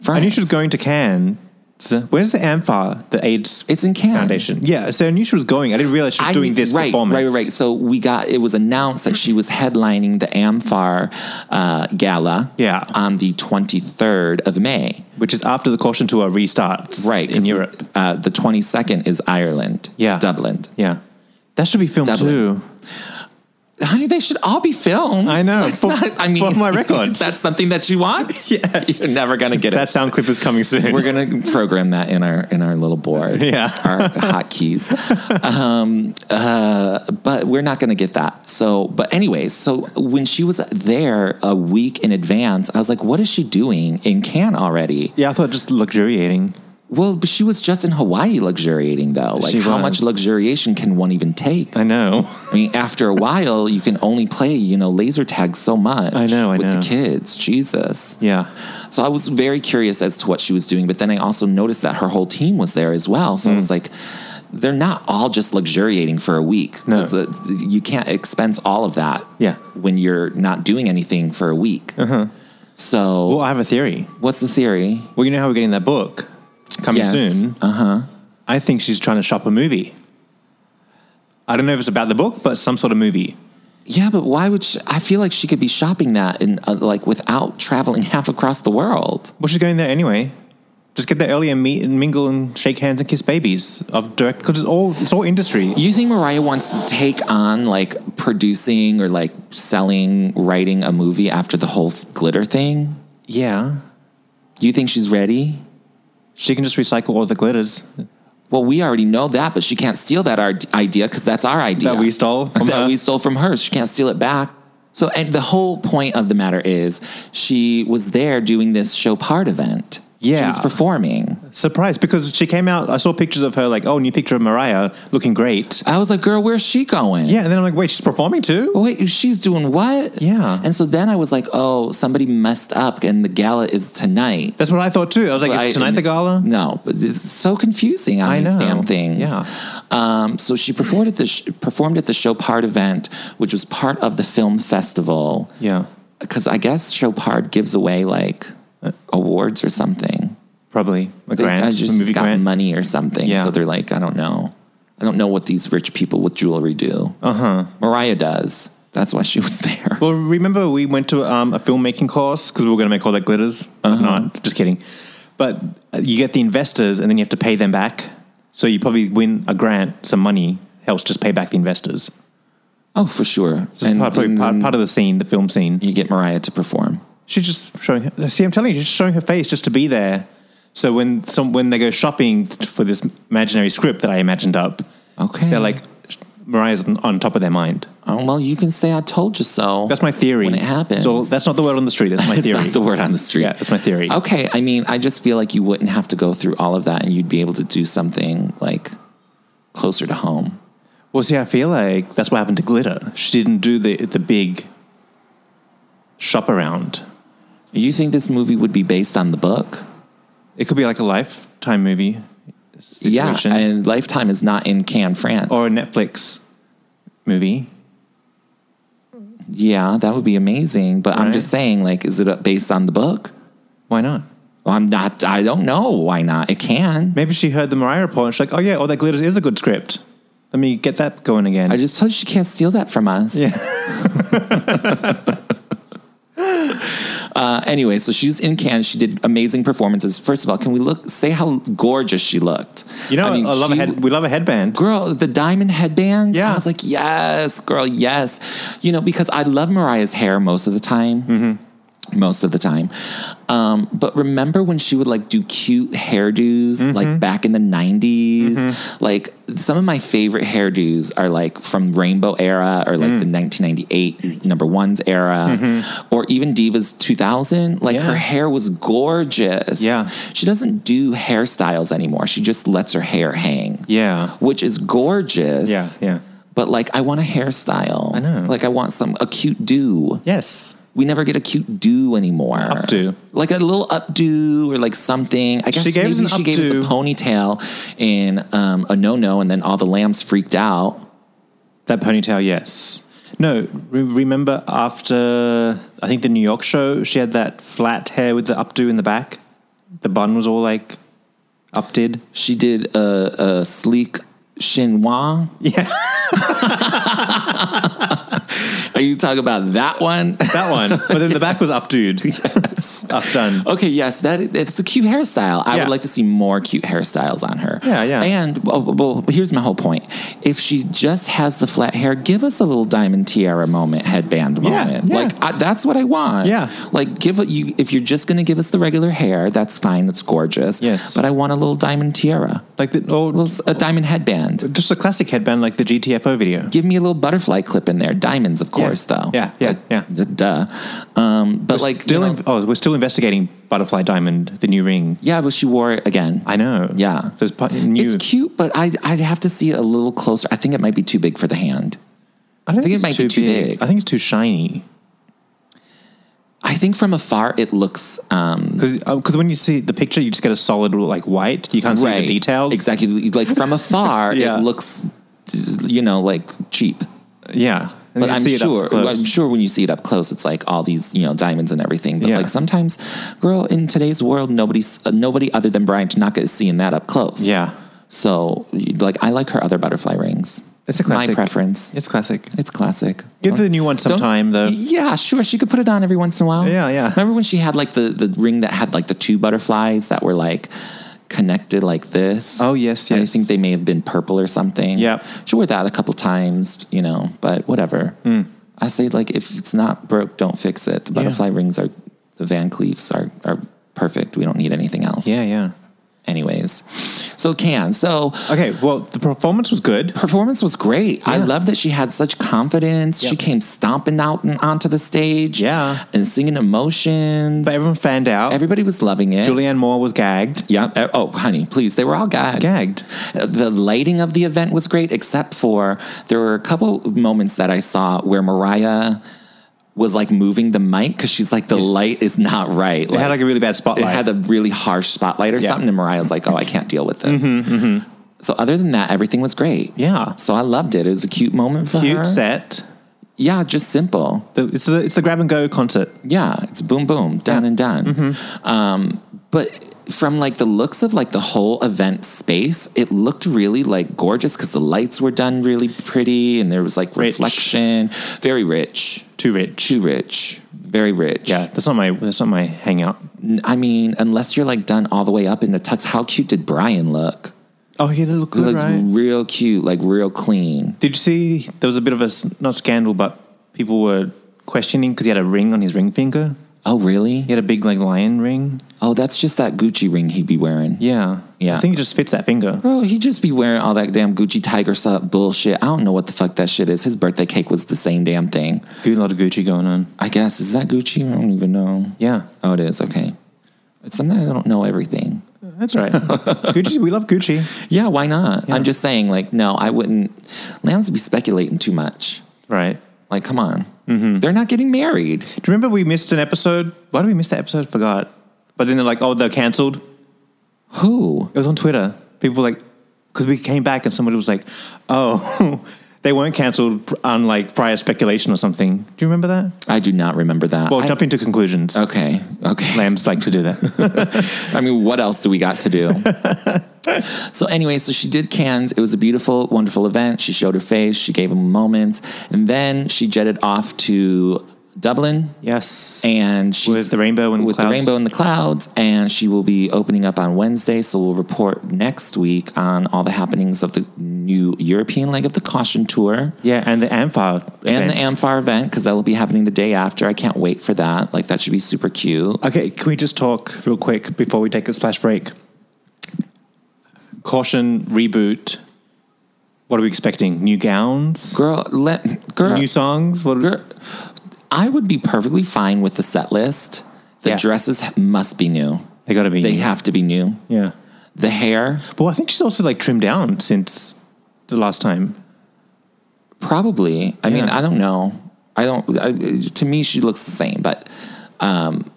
France.
I knew she was going to Cannes. So where's the AMFA, the AIDS
It's in Cannes.
Foundation? Yeah, so I knew she was going. I didn't realize she was
I-
doing this
right,
performance.
Right, right, right. So we got it was announced that she was headlining the Amfar uh, gala
Yeah.
on the 23rd of May.
Which is after the caution tour restarts
Right.
in
'cause,
Europe.
Uh, the 22nd is Ireland.
Yeah.
Dublin.
Yeah. That should be filmed
Dublin.
too.
Honey, they should all be filmed.
I know,
It's
for-
not, I mean,
for my records.
Is that something that you want?
Yes.
You're never going to get
That
it.
sound clip is coming soon.
We're going to program that in our in our little board.
Yeah.
Our hotkeys. um, uh, but we're not going to get that. So, but anyways, so when she was there a week in advance, I was like, what is she doing in Cannes already?
yeah, I thought just luxuriating.
Well, but she was just in Hawaii luxuriating though. Like
She
how
was.
much luxuriation can one even take?
I know.
I mean, after a while, you can only play, you know, laser tag so much.
I know, I
with
know.
the kids, Jesus.
Yeah.
So I was very curious as to what she was doing, but then I also noticed that her whole team was there as well. So I
Hmm.
was like, they're not all just luxuriating for a week.
No.
'Cause the- you can't expense all of that.
Yeah. Uh-huh.
when you're not doing anything for a week. So
Well, I have a theory.
what's the theory?
Well, you know how we're getting that book coming
Yes.
soon. Uh huh. I think she's trying to shop a movie. I don't know if it's about the book, but some sort of movie.
Yeah, but why would she, I feel like she could be shopping that in uh, like without traveling half across the world?
Well, she's going there anyway. Just get there early and meet and mingle and shake hands and kiss babies of direct because it's all it's all industry.
You think Mariah wants to take on like producing or like selling, writing a movie after the whole f- glitter thing?
Yeah,
You think she's ready?
she can just recycle all the glitters
Well, we already know that, but she can't steal that ar- idea because that's our idea
that we stole. From
that
her.
we stole from her. She can't steal it back. So, and the whole point of the matter is, she was there doing this show part event. she
Yeah.
was performing.
Surprised because she came out. I saw pictures of her like, oh, new picture of Mariah looking great.
I was like, "Girl, where's she going?"
Yeah, and then I'm like, wait, she's performing too.
wait, she's doing what?
Yeah.
And so then I was like, oh, somebody messed up and the gala is tonight.
That's what I thought too. I was like,
I-
is tonight the gala?
No, but it's so confusing on
I
these
know.
damn things.
Yeah.
Um, so she performed at the sh- performed at the Chopard event, which was part of the film festival.
Yeah,
Because I guess Chopard gives away like awards or something.
probably Uh, a
They-
grant,
I
a
just
movie
got
grant.
money or something.
Yeah.
So they're like, I don't know. I don't know what these rich people with jewelry do. Uh
Uh-huh.
huh. Mariah does. That's why she was there.
Well, remember we went to um, a filmmaking course because we were going to make all that glitters. Uh,
Uh-huh.
Not just kidding, but uh, you get the investors and then you have to pay them back. So you probably win a grant, some money helps just pay back the investors.
Oh, for sure.
It's part, probably part,
then
part of the scene, the film scene.
you get Mariah to perform.
She's just showing. Her, see, I'm telling you, she's just showing her face just to be there. So when some when they go shopping for this imaginary script that I imagined up,
Okay.
they're like Mariah's on, on top of their mind.
oh, well, you can say I told you so.
That's my theory.
When it happens.
So that's not the word on the street. That's my
It's
theory.
not the word on the street.
Yeah, that's my theory.
Okay. I mean, I just feel like you wouldn't have to go through all of that and you'd be able to do something like closer to home.
Well, see, I feel like that's what happened to Glitter. She didn't do the the big shop around.
You think this movie would be based on the book?
It could be like a lifetime movie situation
Yeah. And Lifetime is not in Cannes, France.
or a Netflix movie.
yeah, that would be amazing. But I'm
Right.
just saying, like, is it uh, based on the book?
Why not?
I'm not, I don't know why not. It can.
Maybe she heard the Mariah report and she's like, "Oh yeah, all that glitters is a good script. Let me get that going again."
I just told you she can't steal that from us.
Yeah.
uh, anyway, so she's in Cannes. She did amazing performances. First of all, can we look? Say how gorgeous she looked.
you know, I, love a
she-
head. We love a headband.
Girl, the diamond headband.
Yeah.
I was like,
Mm-hmm.
yes, girl, yes. You know, because I love Mariah's hair most of the time. most of the time. Um, but remember when she would like do cute hairdos,
Mm-hmm.
like back in the 90s? Like some of my favorite hairdos are like from Rainbow era or like the
Mm.
1998 number ones era or even Divas 2000. Like her
Mm-hmm. Yeah.
hair was gorgeous.
Yeah.
She doesn't do hairstyles anymore. She just lets her hair hang.
Yeah.
Which is gorgeous.
Yeah. Yeah.
But like I want a hairstyle. I
know.
Like I want some a cute do.
Yes.
We never get a cute do anymore.
Updo.
Like a little updo or like something. I guess
She gave
maybe
us
she
an
gave us a
updo.
ponytail in um, a no no and then all the lambs freaked out.
That ponytail, yes. No, re- remember after I think the New York show, she had that flat hair with the updo in the back. The bun was all like updid.
She did a, a sleek chinois.
Yeah,
Are you talking about that one?
that one. But then the back was updoed. Yes, updone.
Okay, yes, that it's a cute hairstyle. I
Yeah.
would like to see more cute hairstyles on her.
Yeah, yeah.
And well, well, here's my whole point: if she just has the flat hair, give us a little diamond tiara moment, headband
Yeah,
moment.
yeah.
Like I, that's what I want.
Yeah.
Like give a, you if you're just gonna give us the regular hair, that's fine. That's gorgeous.
Yes.
But I want a little diamond tiara,
Like the or
Well, s- a diamond headband.
just a classic headband, like the GTFO video.
Give me a little butterfly clip in there. Diamonds, of course, though.
Yeah, yeah,
Like,
yeah.
d- Duh. Um, but like, you
still,
know-
in- oh, we're still investigating butterfly diamond, the new ring.
yeah, but she wore it again.
I know.
Yeah.
there's pu- new.
It's cute, but I I have to see it a little closer. I think it might be too big for the hand.
I don't
think
think,
it
it's
might be
too
too big.
I think it's too shiny.
I think from afar it looks um,
Because uh, when you see the picture, you just get a solid like white. You can't see
right.
the details.
exactly. Like from afar,
Yeah.
it looks you know like cheap.
Yeah, And
But
you
I'm
see it up
sure
close.
I'm sure when you see it up close, it's like all these you know diamonds and everything. But
Yeah.
like sometimes, girl, in today's world, nobody's uh, nobody other than Brian Tanaka is seeing that up close.
Yeah,
So you- like I like her other butterfly rings.
It's a
my
classic.
preference.
it's classic.
It's classic.
Give the new one
Don't-
some time though.
Yeah, sure. She could put it on every once in a while.
Yeah, yeah.
Remember when she had like the the ring that had like the two butterflies that were like connected like this?
Oh, yes,
I
yes.
think they may have been purple or something.
Yep.
She wore that a couple times, you know, but whatever.
Hmm.
I say like if it's not broke, don't fix it. The butterfly rings are the Van Cleefs are are perfect. We don't need anything else.
Yeah, yeah.
Anyways. So can. So
Okay. Well, the performance was good.
performance was great. I
Yeah.
love that she had such confidence. She
Yep.
came stomping out and onto the stage.
Yeah.
And singing emotions.
But everyone fanned out.
Everybody was loving it.
Julianne Moore was gagged.
Yeah. eh, Oh, honey, please. They were all gagged.
Gagged.
Uh, The lighting of the event was great, except for there were a couple moments that I saw where Mariah was like moving the mic because she's like, the light is not right.
It had like a really bad spotlight.
It had a really harsh spotlight or
Yeah. Mm-hmm,
something, and Mariah's like, "Oh, I can't deal with this." So other than that, everything was great.
Yeah.
So I loved it. It was a cute moment for her.
cute set.
Yeah, just simple.
The- It's the it's the grab and go concert.
Yeah, it's boom, boom, done and done.
Mm-hmm.
Um, but from like the looks of like the whole event space, it looked really like gorgeous because the lights were done really pretty and there was like
Rich.
reflection. Very rich,
Too rich.
too rich, very rich.
Yeah, that's not my that's not my hangout.
N- I mean, unless you're like done all the way up in the tux, how cute did Brian look?
Oh, he did look
He
good,
looks
right?
real cute, like real clean.
Did you see there was a bit of a s- not scandal, but people were questioning because he had a ring on his ring finger.
Oh, really?
He had a big like lion ring.
Oh, that's just that Gucci ring he'd be wearing.
Yeah,
Yeah.
I think it just fits that finger.
Bro, he just be wearing all that damn Gucci tiger suit bullshit. I don't know what the fuck that shit is. His birthday cake was the same damn thing.
Good lot of Gucci going on.
I guess. Is that Gucci? I don't even know.
Yeah,
Oh, it is. Okay. But Sometimes I don't know everything.
that's right. Gucci, we love Gucci.
Yeah, why not? I'm just saying, like, no, I wouldn't. Lambs be speculating too much.
Right.
Like, come on. They're not getting married.
Do you remember we missed an episode? Why did we miss that episode? Forgot. But then they're like, oh, they're cancelled.
Who?
It was on Twitter. People were like, because we came back and somebody was like, oh, they weren't cancelled pr- on like prior speculation or something. Do you remember that?
I do not remember that.
Well,
I-
jump into conclusions.
Okay. Okay.
Lambs like to do that.
I mean, what else do we got to do? so anyway, so she did cans. It was a beautiful, wonderful event. She showed her face. She gave him a moment, and then she jetted off to Dublin.
Yes.
And she's
With the rainbow and
with
clouds.
the rainbow in the clouds, and she will be opening up on Wednesday. So we'll report next week on all the happenings of the new European leg of the Caution Tour
yeah, and the Amphar.
and the
event.
Amphar event because that will be happening the day after. I can't wait for that. Like that should be super cute.
Okay, can we just talk real quick before we take a splash break? Caution reboot. What are we expecting? New gowns,
Girl, let girl,
new songs. What?
girl. I would be perfectly fine with the set list. The
Yeah.
dresses must be new.
They gotta be.
They have to be new.
Yeah.
The hair,
Well, I think she's also like trimmed down since the last time.
probably. I mean,
Yeah.
I don't know. I don't. I, to me, she looks the same, but um,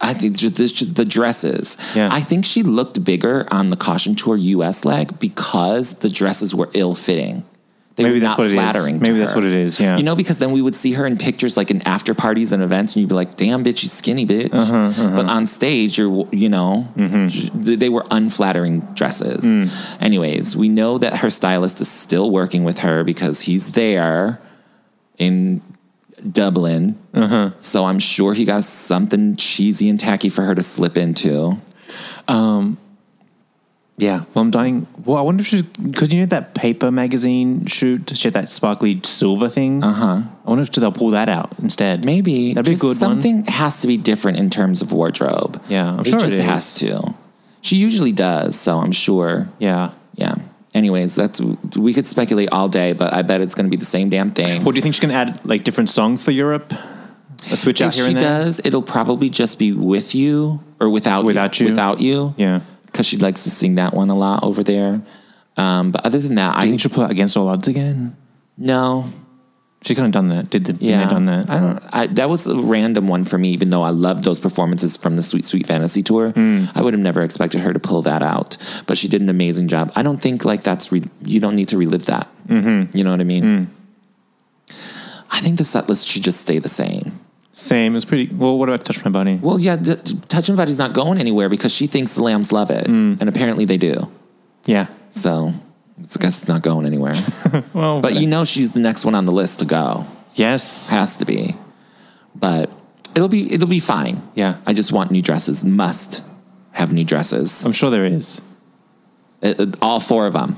I think just this, the dresses.
Yeah.
I think she looked bigger on the caution tour U.S. leg because the dresses were ill fitting. They
Maybe
were
that's
not
what it is.
flattering. to
Maybe that's
her.
what it is, yeah.
You know, because then we would see her in pictures like in after parties and events, and you'd be like, "Damn, bitch, you skinny bitch."
Uh-huh,
But on stage, you're you know,
Mm-hmm.
sh- they were unflattering dresses.
Mm.
Anyways, we know that her stylist is still working with her because he's there in Dublin.
Uh-huh.
So I'm sure he got something cheesy and tacky for her to slip into.
Yeah. Well, I'm dying. Well, I wonder if she's because you know that paper magazine shoot. She had that sparkly silver thing. Uh
Uh-huh.
huh. I wonder if they'll pull that out instead.
Maybe
that'd be a
Just
good
Something has to be different in terms of wardrobe.
Yeah, I'm sure it
just
is.
has to. She usually does, so I'm sure.
one. Yeah.
Yeah. Anyways, that's we could speculate all day, but I bet it's going to be the same damn thing.
Well, do you think she's gonna add like different songs for Europe? A switch
if
out here
she
and there.
does, it'll probably just be with you or without
Without you.
without you.
Yeah.
because she likes to sing that one a lot over there. Um, but other than that,
I
I
think she'll put out against all odds again.
no.
She kind of done that. Did the yeah?
Yeah,
Done that.
I don't. I, that was a random one for me, even though I loved those performances from the Sweet Sweet Fantasy tour. I would have never expected her to pull that out, but she did an amazing job. I don't think like that's re- you don't need to relive that. Mm-hmm. Hmm. You know what I mean? I think the set list should just stay the same.
Same. It's pretty. Well, what about touch my body?
Well, yeah, d- d- Touch and Body's not going anywhere because she thinks the lambs love it, and apparently they do.
Yeah.
So it's- I guess it's not going anywhere.
Well,
but you know, she's the next one on the list to go.
Yes.
has to be. But it'll be it'll be fine.
Yeah.
I just want new dresses. Must have new dresses.
I'm sure there is.
Uh, uh, all four of them.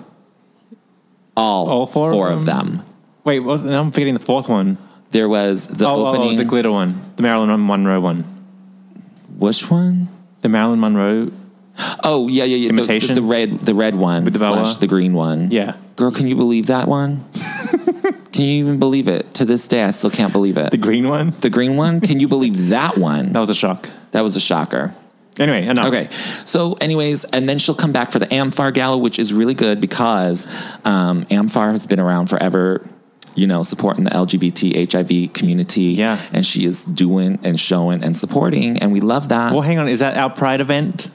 All,
All four of
of
them?
them.
Wait, what, now I'm forgetting the fourth one.
There was the
Oh, oh, oh,
opening.
the glitter one, the Marilyn Monroe one,
which one?
the Marilyn Monroe.
Oh yeah, yeah, yeah. the-
Imitation?
The, the red, the red one
With the boa?
slash the green one.
Yeah.
Girl, can you believe that one? can you even believe it? To this day, I still can't believe it.
The
The,
green one?
green one. Can you believe that one?
That was a shock.
That was a shocker.
Anyway, enough.
Okay. So, anyways, and then she'll come back for the Amfar Gala, which is really good because um, Amfar has been around forever, you know, supporting the LGBT HIV community.
Yeah.
And she is doing and showing and supporting, and we love that.
Well, hang on. Is that our Pride event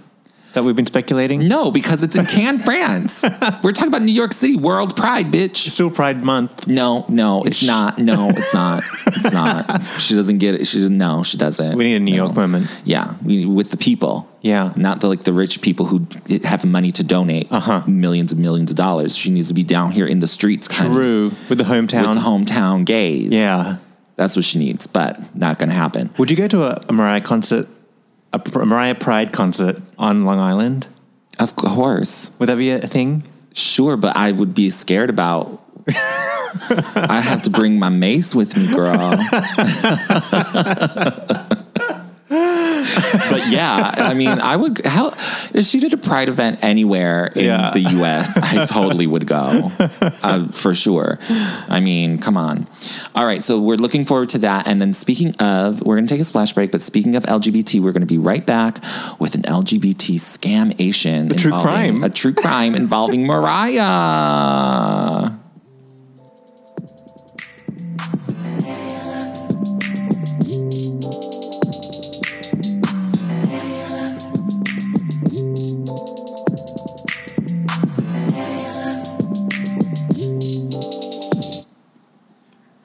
that we've been speculating?
no, because it's in Cannes, France. We're talking about New York City, World Pride, bitch.
Still Pride Month.
No, no, it's not. No, it's not. It's not. She doesn't get it. She doesn't. No, she doesn't.
We need a New
No.
York moment.
Yeah, we, with the people.
Yeah.
not the like the rich people who have money to donate
Uh-huh.
millions and millions of dollars. She needs to be down here in the streets, kind
True. With the
of
hometown.
with the hometown gays.
yeah.
that's what she needs, but not gonna happen.
Would you go to a, a Mariah concert, a, pr- a Mariah Pride concert on Long Island?
Of course,
Would that be a thing?
sure, but I would be scared about. I have to bring my mace with me, girl. but yeah, I mean, I would. How if she did a pride event anywhere in
Yeah.
the U.S., I totally would go uh, for sure. I mean, come on. All right, so we're looking forward to that. And then speaking of, we're going to take a splash break. But speaking of LGBT, we're going to be right back with an LGBT scamation, a
true crime.
a true crime involving Mariah.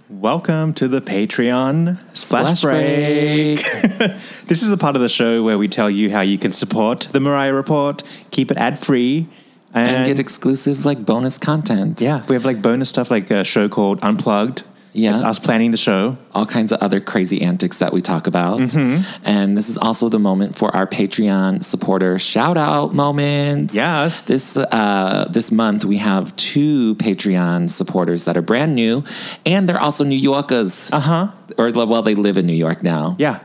Welcome to the Patreon splash, break. This is the part of the show where we tell you how you can support the Mariah Report, keep it ad free,
and get exclusive like bonus content.
Yeah, we have like bonus stuff like a show called Unplugged,
Yeah.
It's us planning the show.
all kinds of other crazy antics that we talk about.
Mm-hmm.
And this is also the moment for our Patreon supporter shout out moments.
Yes.
This uh, this month we have two Patreon supporters that are brand new and they're also New Yorkers. Uh-huh. Or well, they live in New York now.
Yeah.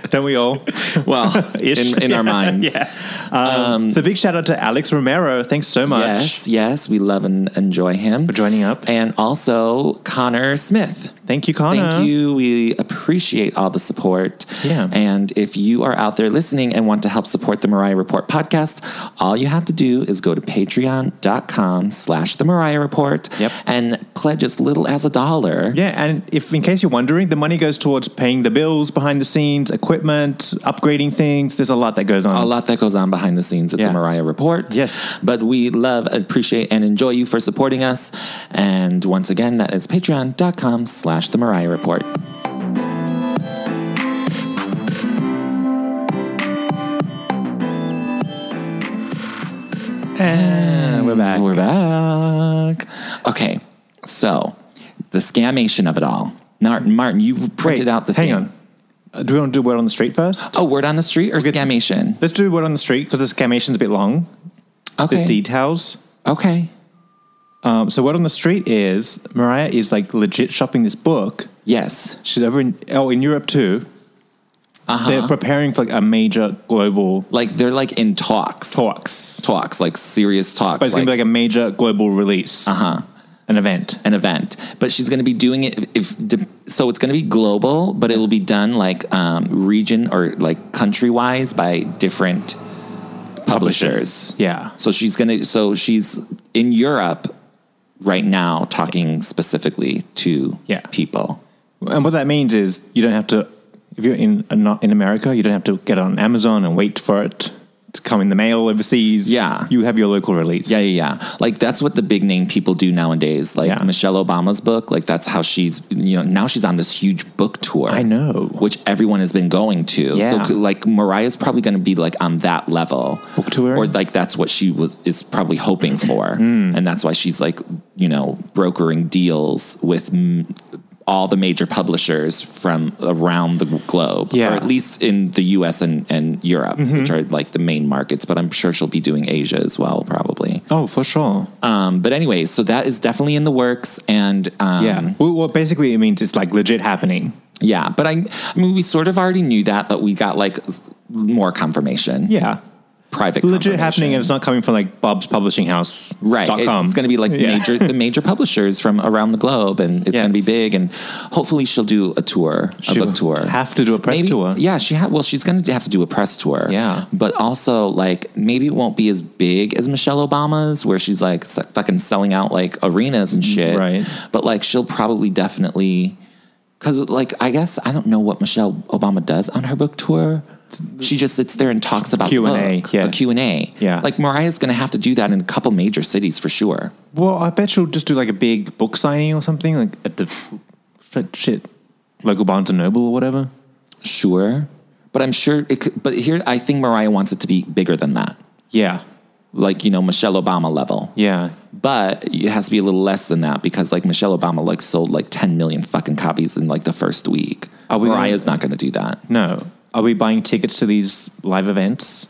Don't we all?
Well,
Ish.
in, in our minds.
Yeah. Um, so big shout out to Alex Romero. Thanks so much.
Yes, yes, we love and enjoy him
For joining up.
and also Connor Smith.
Thank you, Connor.
Thank you. We appreciate all the support.
Yeah.
And if you are out there listening and want to help support the Mariah Report podcast, all you have to do is go to patreon.com slash the Mariah Report
Yep.
and pledge as little as a dollar.
Yeah, and if in case you're wondering, the money goes towards paying the bills behind the scenes, equipment, upgrading things. There's a lot that goes on.
A lot that goes on behind the scenes at
Yeah.
the Mariah Report.
Yes.
But we love, appreciate, and enjoy you for supporting us. And once again, that is patreon.com slash the Mariah Report.
And we're back.
We're back. Okay, so the scamation of it all. Martin, Martin, you've printed out the
hang
thing.
on. Uh, do we want to do word on the street first?
Oh, word on the street or scamation?
Let's do word on the street because this scamation's a bit long.
Okay.
There's details.
Okay.
Um, so word on the street is Mariah is like legit shopping this book.
Yes.
She's over in oh in Europe too.
Uh-huh.
They're preparing for like a major global
Like they're like in talks.
talks,
Talks, like serious talks.
but it's gonna be like a major global release, uh
Uh-huh.
huh, an event.
an event, but she's going to be doing it. If, if so, it's going to be global, but it'll be done like um, region or like country wise by different publishers.
Yeah.
So she's gonna. So she's in Europe right now, talking specifically to
Yeah.
people.
And what that means is you don't have to, if you're in not in America, you don't have to get on Amazon and wait for it to come in the mail overseas.
Yeah.
you have your local release.
Yeah, yeah, yeah. Like that's what the big name people do nowadays. Like
Yeah.
Michelle Obama's book. Like that's how she's. You know, now she's on this huge book tour.
I know.
which everyone has been going to.
Yeah.
So c- like Mariah's probably going to be like on that level
Book tour? Mm.
or like that's what she was is probably hoping for, and that's why she's like you know brokering deals with. M- all the major publishers from around the globe,
Yeah. Mm-hmm.
or at least in the U.S. and, and Europe, which are like the main markets. But I'm sure she'll be doing Asia as well, probably.
Oh, for sure.
Um, but anyway, so that is definitely in the works, and um,
yeah. Well, well, basically, it means it's like legit happening.
yeah, but I, I mean, we sort of already knew that, but we got like s- more confirmation.
Yeah.
private
Legit
confirmation.
happening, and it's not coming from like Bob's Publishing House.
right.
Dot
It-
com.
It's going to be like
Yeah.
major the major publishers from around the globe, and it's going to be
Yes.
big. And hopefully, she'll do a tour,
She
a
will
book tour.
have to do a press
Maybe-
tour.
Yeah, she ha- well, she's going to have to do a press tour.
Yeah.
but also like maybe it won't be as big as Michelle Obama's, where she's like s- fucking selling out like arenas and shit.
Mm, Right.
but like she'll probably definitely. Cause like I guess I don't know what Michelle Obama does on her book tour. She just sits there and talks about
Q
the
and A,
book,
yeah.
a Q and A.
Yeah.
like Mariah's going to have to do that in a couple major cities for sure.
Well, I bet she'll just do like a big book signing or something, like at the shit, shit local Barnes and Noble or whatever.
Sure, but I'm sure it. Could, but here, I think Mariah wants it to be bigger than that,
Yeah.
like you know Michelle Obama level.
Yeah.
But it has to be a little less than that because like Michelle Obama like sold like 10 million fucking copies in like the first week.
Are we gonna-
Mariah's not going to do that.
No. Are we buying tickets to these live events?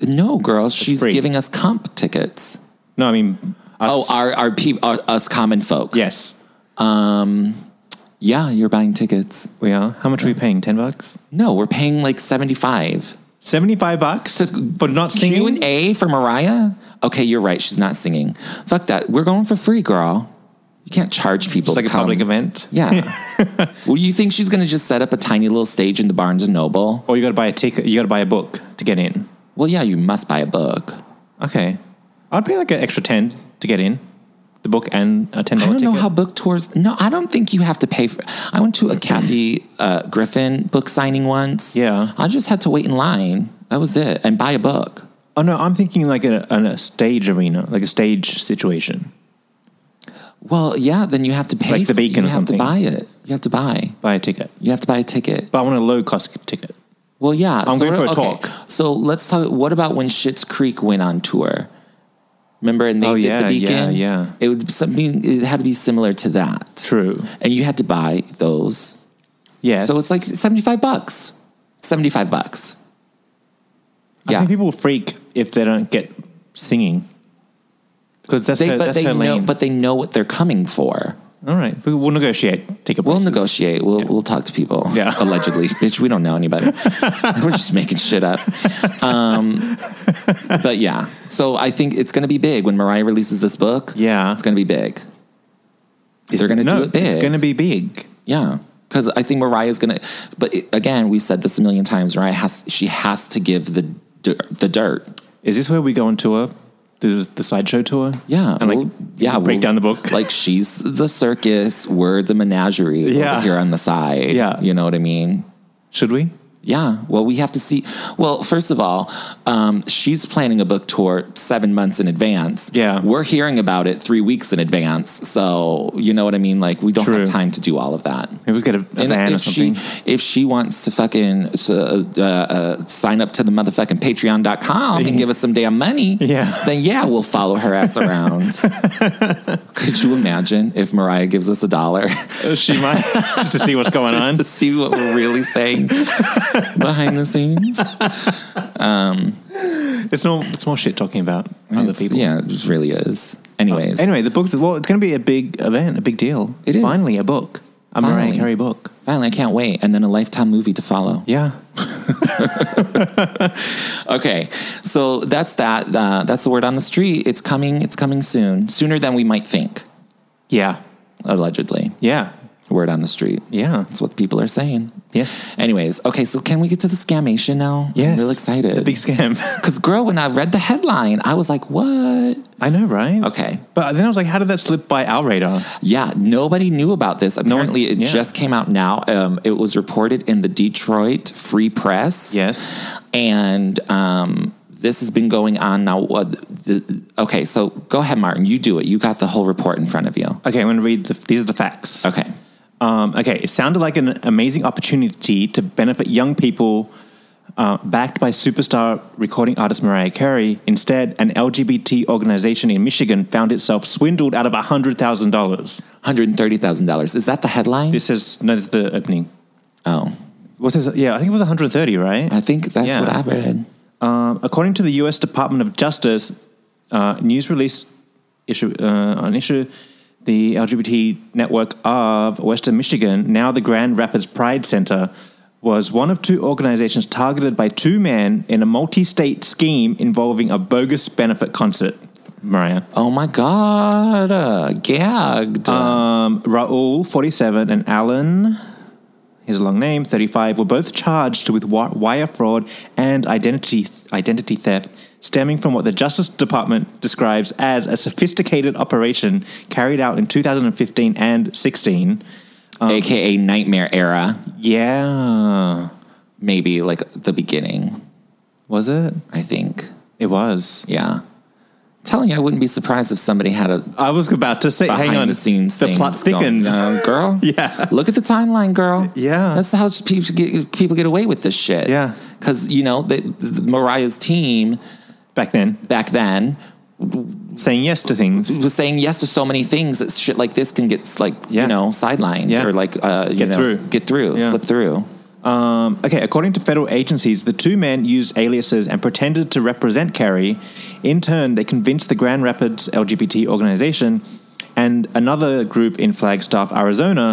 No, girl, she's
free.
giving us comp tickets.
No, I mean,
Oh,
us.
our our, peop our us common folk. Um,
yes,
yeah, you're buying tickets.
we are. How much are we paying? Ten bucks?
No, we're paying like seventy five.
Seventy-five bucks for not singing.
Q and A for Mariah. Okay, you're right. She's not singing. Fuck that. We're going for free, girl. You can't charge people.
It's like
to
a
come.
public event.
Yeah. well, you think she's gonna just set up a tiny little stage in the Barnes and Noble?
Or you got to buy a ticket. You got to buy a book to get in.
Well, yeah, you must buy a book.
Okay, I'd pay like an extra ten to get in, the book and a ten
I
dollar
don't
ticket.
know how book tours. No, I don't think you have to pay for. I went to a Kathy uh, Griffin book signing once.
Yeah.
I just had to wait in line. That was it, and buy a book.
oh no, I'm thinking like a, an- a stage arena, like a stage situation.
Well, yeah, then you have to pay.
Like the
for-
Beacon
you
or
have
something.
to buy it. You have to buy.
Buy a ticket,
You have to buy a ticket.
but I want a low cost ticket.
Well, yeah.
I'm going
we're-
for a
okay.
talk.
So let's talk. What about when Schitt's Creek went on tour? Remember, and they
Oh,
did
yeah,
the
yeah,
beacon.
yeah.
It would something. It had to be similar to that.
True.
And you had to buy those.
Yes.
So it's like seventy five bucks. Seventy five bucks.
I
Yeah.
think people will freak if they don't get singing. Because that's
They,
her,
but
that's
they
her
know.
lane.
But they know what they're coming for.
All right, we- we'll negotiate. Take a
We'll
break.
negotiate. We'll we'll talk to people.
Yeah.
Allegedly, bitch. We don't know anybody. We're just making shit up. Um, but yeah. So I think it's going to be big when Mariah releases this book.
Yeah.
It's going to be big. They're going to
no,
do it big.
It's going to be big.
Yeah. Because I think Mariah's gonna, but it- again, we've said this a million times. Mariah has she has to give the dir- the dirt.
Is this where we go on tour? The, the sideshow tour?
Yeah,
And like,
we'll- yeah,
break
we'll-
down the book.
Like she's the circus, we're the menagerie
Yeah.
over here on the side.
Yeah.
you know what I mean.
Should we?
Yeah. Well, we have to see. Well, first of all, um, she's planning a book tour seven months in advance.
Yeah.
We're hearing about it three weeks in advance. So, you know what I mean? Like, we don't
True.
have time to do all of that.
Maybe we get a, a
And
van or
if she
something.
if she wants to fucking uh, uh, uh, sign up to the motherfucking Patreon.com and give us some damn money,
Yeah.
then yeah, we'll follow her ass around. Could you imagine if Mariah gives us a dollar
she might, just to see what's going on.
just to see what we're really saying behind the scenes?
It's not. It's more shit talking about other
It's-
people.
Yeah, it just really is. Anyways,
Anyway, the books. Well, it's going to be a big event, a big deal.
It is.
finally a book, a Mariah
Finally.
Carey book.
finally, I can't wait, and then a lifetime movie to follow.
Yeah,
Okay, so that's that. Uh, that's the word on the street. It's coming. It's coming soon, sooner than we might think.
yeah,
Allegedly,
yeah,
word on the street.
yeah.
That's what people are saying.
Yes,
Anyways, okay, so can we get to the scamation now? I'm
yes.
real excited.
The big scam.
Because, girl, when I read the headline, I was like, what?
I know, right?
Okay.
but then I was like, how did that slip by our radar?
Yeah, nobody knew about this. Apparently, it
yeah.
just came out now. Um, it was reported in the Detroit Free Press.
Yes.
And um, this has been going on now. What? The, okay, so go ahead, Martin. You do it. You got the whole report in front of you.
Okay, I'm going to read. The, these are the facts.
Okay.
Um, okay, it sounded like an amazing opportunity to benefit young people uh, backed by superstar recording artist Mariah Carey. Instead, an LGBT organization in Michigan found itself swindled out of $100,000.
$130,000. Is that the headline?
This is, no, this is the opening.
oh,
What's this? Yeah, I think it was 130, right?
I think that's
Yeah.
what I read.
Um, according to the U.S. Department of Justice uh, news release issue uh, on issue, the LGBT network of Western Michigan, now the Grand Rapids Pride Center, was one of two organizations targeted by two men in a multi-state scheme involving a bogus benefit concert. Mariah,
Oh my God. Uh, gagged.
um, Raul, forty-seven, and Alan. His long name, 35, were both charged with wi- wire fraud and identity identity theft, stemming from what the Justice Department describes as a sophisticated operation carried out in 2015 and 16.
AKA Nightmare Era.
Yeah,
Maybe like the beginning,
was it?
I think.
It was.
Yeah. Telling you, I wouldn't be surprised if somebody had a
I was about to say.
behind
Uh, hang on,
the scenes
The
thing
plot
going
thickens.
on, girl.
Yeah.
Look at the timeline, girl.
Yeah.
That's how people get, people get away with this shit.
Yeah.
Because, you know, the, the- Mariah's team
Back then,
back then
saying yes to things.
was saying yes to so many things that shit like this can get, like,
Yeah.
you know, sidelined
Yeah.
or, like, uh, you
Get
know,
through.
get through,
Yeah.
slip through.
Um, okay, according to federal agencies, the two men used aliases and pretended to represent Kerry. In turn, they convinced the Grand Rapids LGBT organization and another group in Flagstaff, Arizona,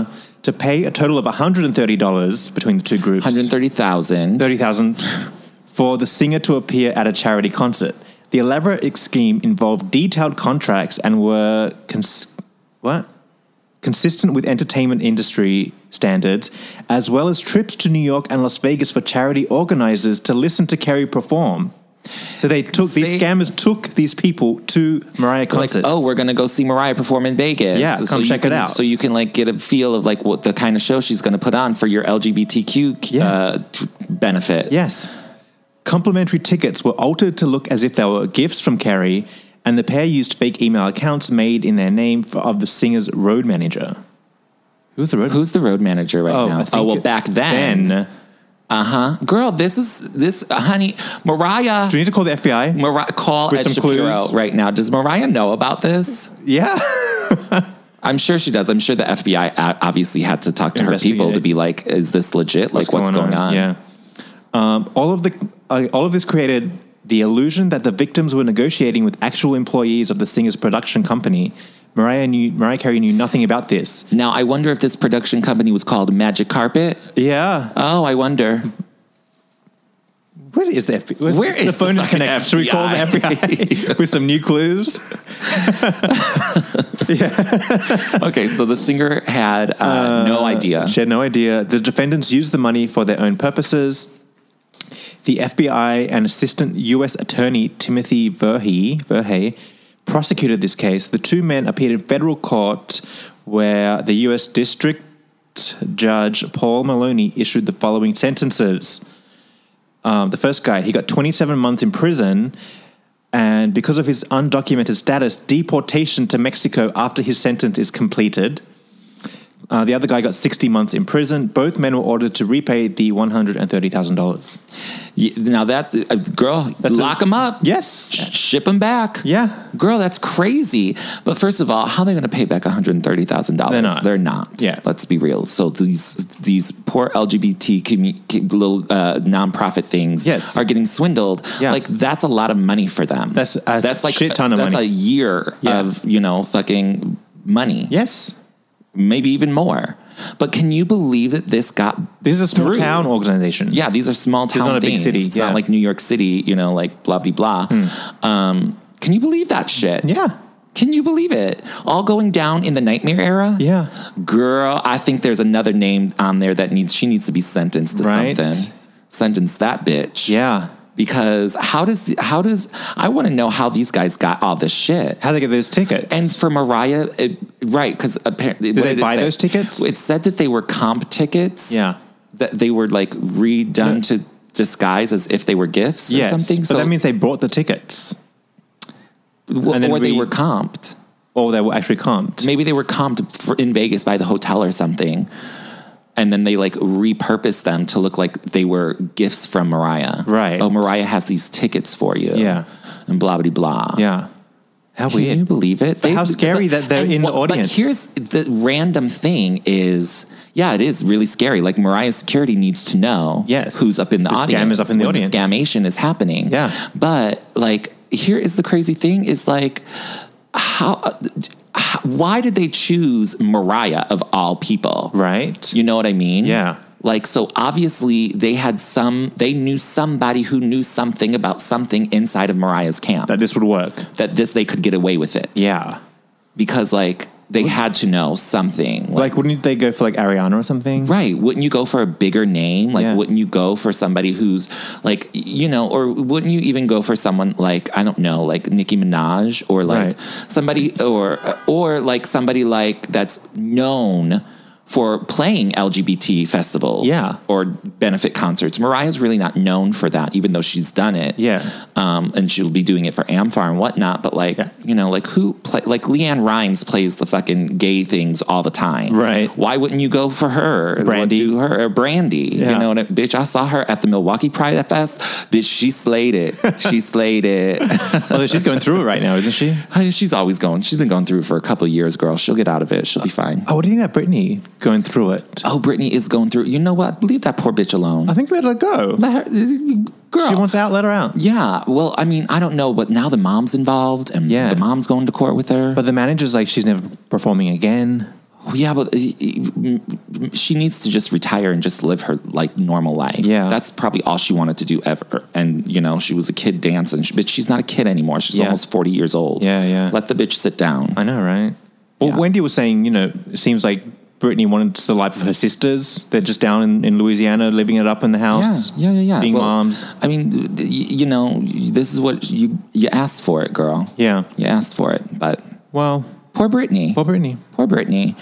to pay a total of $130 between the two groups.
130,000.
30,000 for the singer to appear at a charity concert. The elaborate ex- scheme involved detailed contracts and were cons- what? consistent with entertainment industry standards, as well as trips to New York and Las Vegas for charity organizers to listen to Carrie perform. So they took these
See?
scammers took these people to Mariah
Like,
concerts.
oh, we're gonna go see Mariah perform in Vegas.
Yeah, come
you
check it
can-
out.
So you can like get a feel of like what the kind of show she's gonna put on for your LGBTQ
Yeah.
uh, t- benefit.
Yes. Complimentary tickets were altered to look as if they were gifts from Carrie, and the pair used fake email accounts made in their name for, of the singer's road manager. Who's the road
Who's the road manager right
Oh, I
now?
think
Oh well,
it-
back then,
Then,
Uh huh. Girl, this is this, honey. Mariah,
Do we need to call the FBI?
Mariah call
With
Ed
some
Shapiro
clues?
right now. Does Mariah know about this?
Yeah.
I'm sure she does. I'm sure the FBI o- uh, obviously had to talk to her
Investigate.
people to be like, is this legit? Like, what's, going, on?
Yeah. Um, all of the uh, all of this created the illusion that the victims were negotiating with actual employees of the singer's production company. Mariah knew Mariah Carey knew nothing about this.
Now, I wonder if this production company was called Magic Carpet.
Yeah.
Oh, I wonder.
Where is the FBI? Where's-
Where is the
phone is
fucking
connected? Should we call the
FBI?
FBI with some new clues?
Okay, so the singer had uh, no idea.
She had no idea. The defendants used the money for their own purposes. The FBI and Assistant U.S. Attorney Timothy Verhey, Verhey prosecuted this case. The two men appeared in federal court where the U.S. District Judge Paul Maloney issued the following sentences. Um, the first guy, he got 27 months in prison. And because of his undocumented status, deportation to Mexico after his sentence is completed. Uh, the other guy got 60 months in prison. Both men were ordered to repay the $130,000.
Y- Now that uh, girl,
That's a-
lock them up.
Yes.
Sh- Ship them back.
Yeah.
Girl, that's crazy. But first of all, how are they going to pay back $130,000?
They're not.
They're not.
Yeah.
Let's be real. So these these poor LGBT commu- c- little uh, nonprofit things
Yes.
are getting swindled.
Yeah.
Like that's a lot of money for them.
That's a
that's like
shit ton of
that's
money.
a year
Yeah.
of, you know, fucking money.
Yes.
Maybe even more. But can you believe that this got
This is a small
Through.
town organization.
yeah, these are small town
not a big
things.
city,
It's
yeah. Hmm.
not like New York City, you know, like blah blah blah. Um, can you believe that shit?
Yeah.
Can you believe it? All going down in the nightmare era?
Yeah.
Girl, I think there's another name on there that needs she needs to be sentenced to
Right.
something. Sentence that bitch.
Yeah.
Because how does how does I want to know how these guys got all this shit.
How they get those tickets?
And for Mariah, it, right? Because apparently, did
they buy those tickets?
It said that they were comp tickets.
Yeah.
that they were like redone to disguise as if they were gifts
yes.
or something.
But that means they bought the tickets.
w-
and then
or they
re-
were comped.
Or they were actually comped.
Maybe they were comped for, in Vegas by the hotel or something, and then they like repurposed them to look like they were gifts from Mariah.
Right.
Oh, Mariah has these tickets for you.
Yeah.
And blah blah blah.
Yeah. How
Can you
weird.
believe it?
how scary that they're
and
in the
what-
audience.
But here's the random thing is, yeah, it is really scary. Like Mariah's security needs to know
Yes.
who's up in the,
The scam
audience.
is up in the
when
audience.
scammation is happening.
Yeah.
But like, here is the crazy thing is like, how, uh, how why did they choose Mariah of all people?
Right?
You know what I mean?
Yeah.
Like so obviously they had some they knew somebody who knew something about something inside of Mariah's camp
that this would work.
that this they could get away with it.
Yeah.
Because like they had to know something. Like,
Like, wouldn't they go for like Ariana or something?
right, wouldn't you go for a bigger name? Like
Yeah.
wouldn't you go for somebody who's like you know, or wouldn't you even go for someone like I don't know, like Nicki Minaj or like
Right.
somebody or or like somebody like that's known for playing LGBT festivals
Yeah.
or benefit concerts. Mariah's really not known for that, even though she's done it.
Yeah.
Um, and she'll be doing it for Amfar and whatnot. But like,
Yeah.
you know, like who play like Leanne Rhymes plays the fucking gay things all the time.
Right.
Why wouldn't you go for her?
Brandy.
Do her or Brandy.
Yeah.
You know what I, bitch, I saw her at the Milwaukee Pride Fest. Bitch, she slayed it. she slayed it.
Although Oh, she's going through it right now, isn't she?
She's always going. She's been going through it for a couple of years, girl. She'll get out of it. She'll be fine.
Oh, what do you think about Britney going through it?
Oh, Brittany is going through. You know what? Leave that poor bitch alone.
I think let her go.
Let her, uh, girl.
She wants out, let her out.
Yeah. Well, I mean, I don't know, but now the mom's involved and
Yeah.
the mom's going to court with her.
But the manager's like, she's never performing again.
yeah, but uh, uh, she needs to just retire and just live her like normal life.
Yeah.
That's probably all she wanted to do ever. And, you know, she was a kid dancing, but she's not a kid anymore. She's
Yeah.
almost 40 years old.
Yeah, yeah.
Let the bitch sit down.
I know, right? Well,
Yeah.
Wendy was saying, you know, it seems like Brittany wanted the life of her sisters. They're just down in, in Louisiana, living it up in the house.
Yeah, yeah, yeah. yeah.
Being
Well,
moms.
I mean, th- th- y- you know, this is what you you asked for it, girl.
Yeah.
you asked for it, but
Well,
poor Brittany.
poor Brittany.
poor Brittany.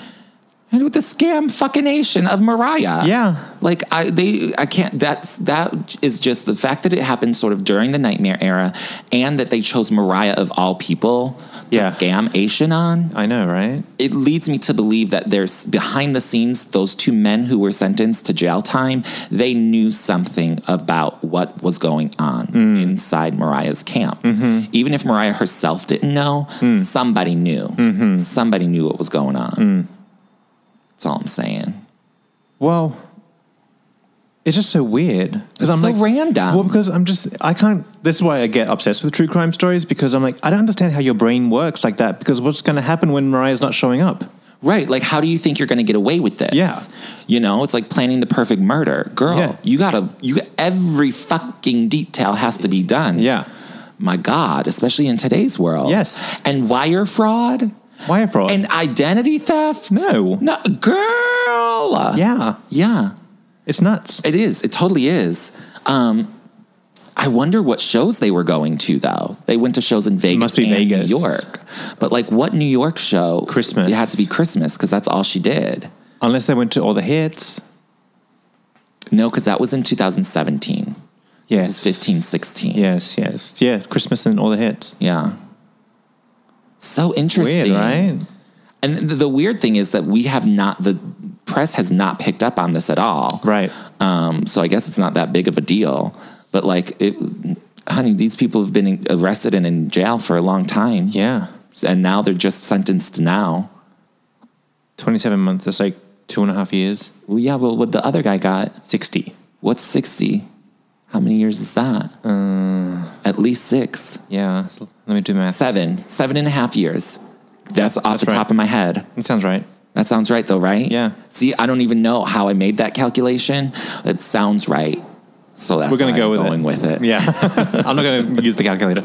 And with the scam fucking nation of Mariah.
Yeah.
Like I they I can't that's that is just the fact that it happened sort of during the nightmare era and that they chose Mariah of all people to
Yeah.
scam Asian on.
I know, right?
It leads me to believe that there's behind the scenes those two men who were sentenced to jail time, they knew something about what was going on
Mm.
inside Mariah's camp.
Mm-hmm.
Even if Mariah herself didn't know,
Mm.
somebody knew.
Mm-hmm.
Somebody knew what was going on.
Mm.
That's all I'm saying.
Well, it's just so weird. 'Cause
It's so random.
Well, because I'm just, I can't, this is why I get obsessed with true crime stories because I'm like, I don't understand how your brain works like that because what's going to happen when Mariah's not showing up?
Right. Like, how do you think you're going to get away with this?
Yeah.
You know, it's like planning the perfect murder. Girl,
Yeah.
you got to, you every fucking detail has to be done.
Yeah.
My God, especially in today's world.
Yes.
And wire fraud
Wire fraud.
and identity theft.
No.
No, girl.
yeah.
Yeah.
It's nuts.
It is. It totally is. Um, I wonder what shows they were going to though. They went to shows in Vegas,
Must be
and
Vegas.
New York. But like, what New York show?
Christmas.
It had to be Christmas because that's all she did.
Unless they went to all the hits.
No, because that was in 2017.
Yes.
This is 15, 16.
Yes, yes. Yeah, Christmas and all the hits.
Yeah. So interesting,
Weird, right?
And th- the weird thing is that we have not the press has not picked up on this at all,
Right.
Um, so I guess it's not that big of a deal. But like, it, honey, these people have been in- arrested and in jail for a long time.
Yeah.
and now they're just sentenced now.
27 months. That's like two and a half years.
Well, yeah, well, what the other guy got?
60.
What's sixty? How many years is that?
Uh.
At least six.
Yeah. so let me do math.
Seven, seven and a half years. That's off the
right.
top of my head.
That sounds right.
That sounds right, though, right?
Yeah.
See, I don't even know how I made that calculation. It sounds right. So that's
We're gonna
why
go
I'm
with it.
going with it.
Yeah. I'm not going to use the calculator.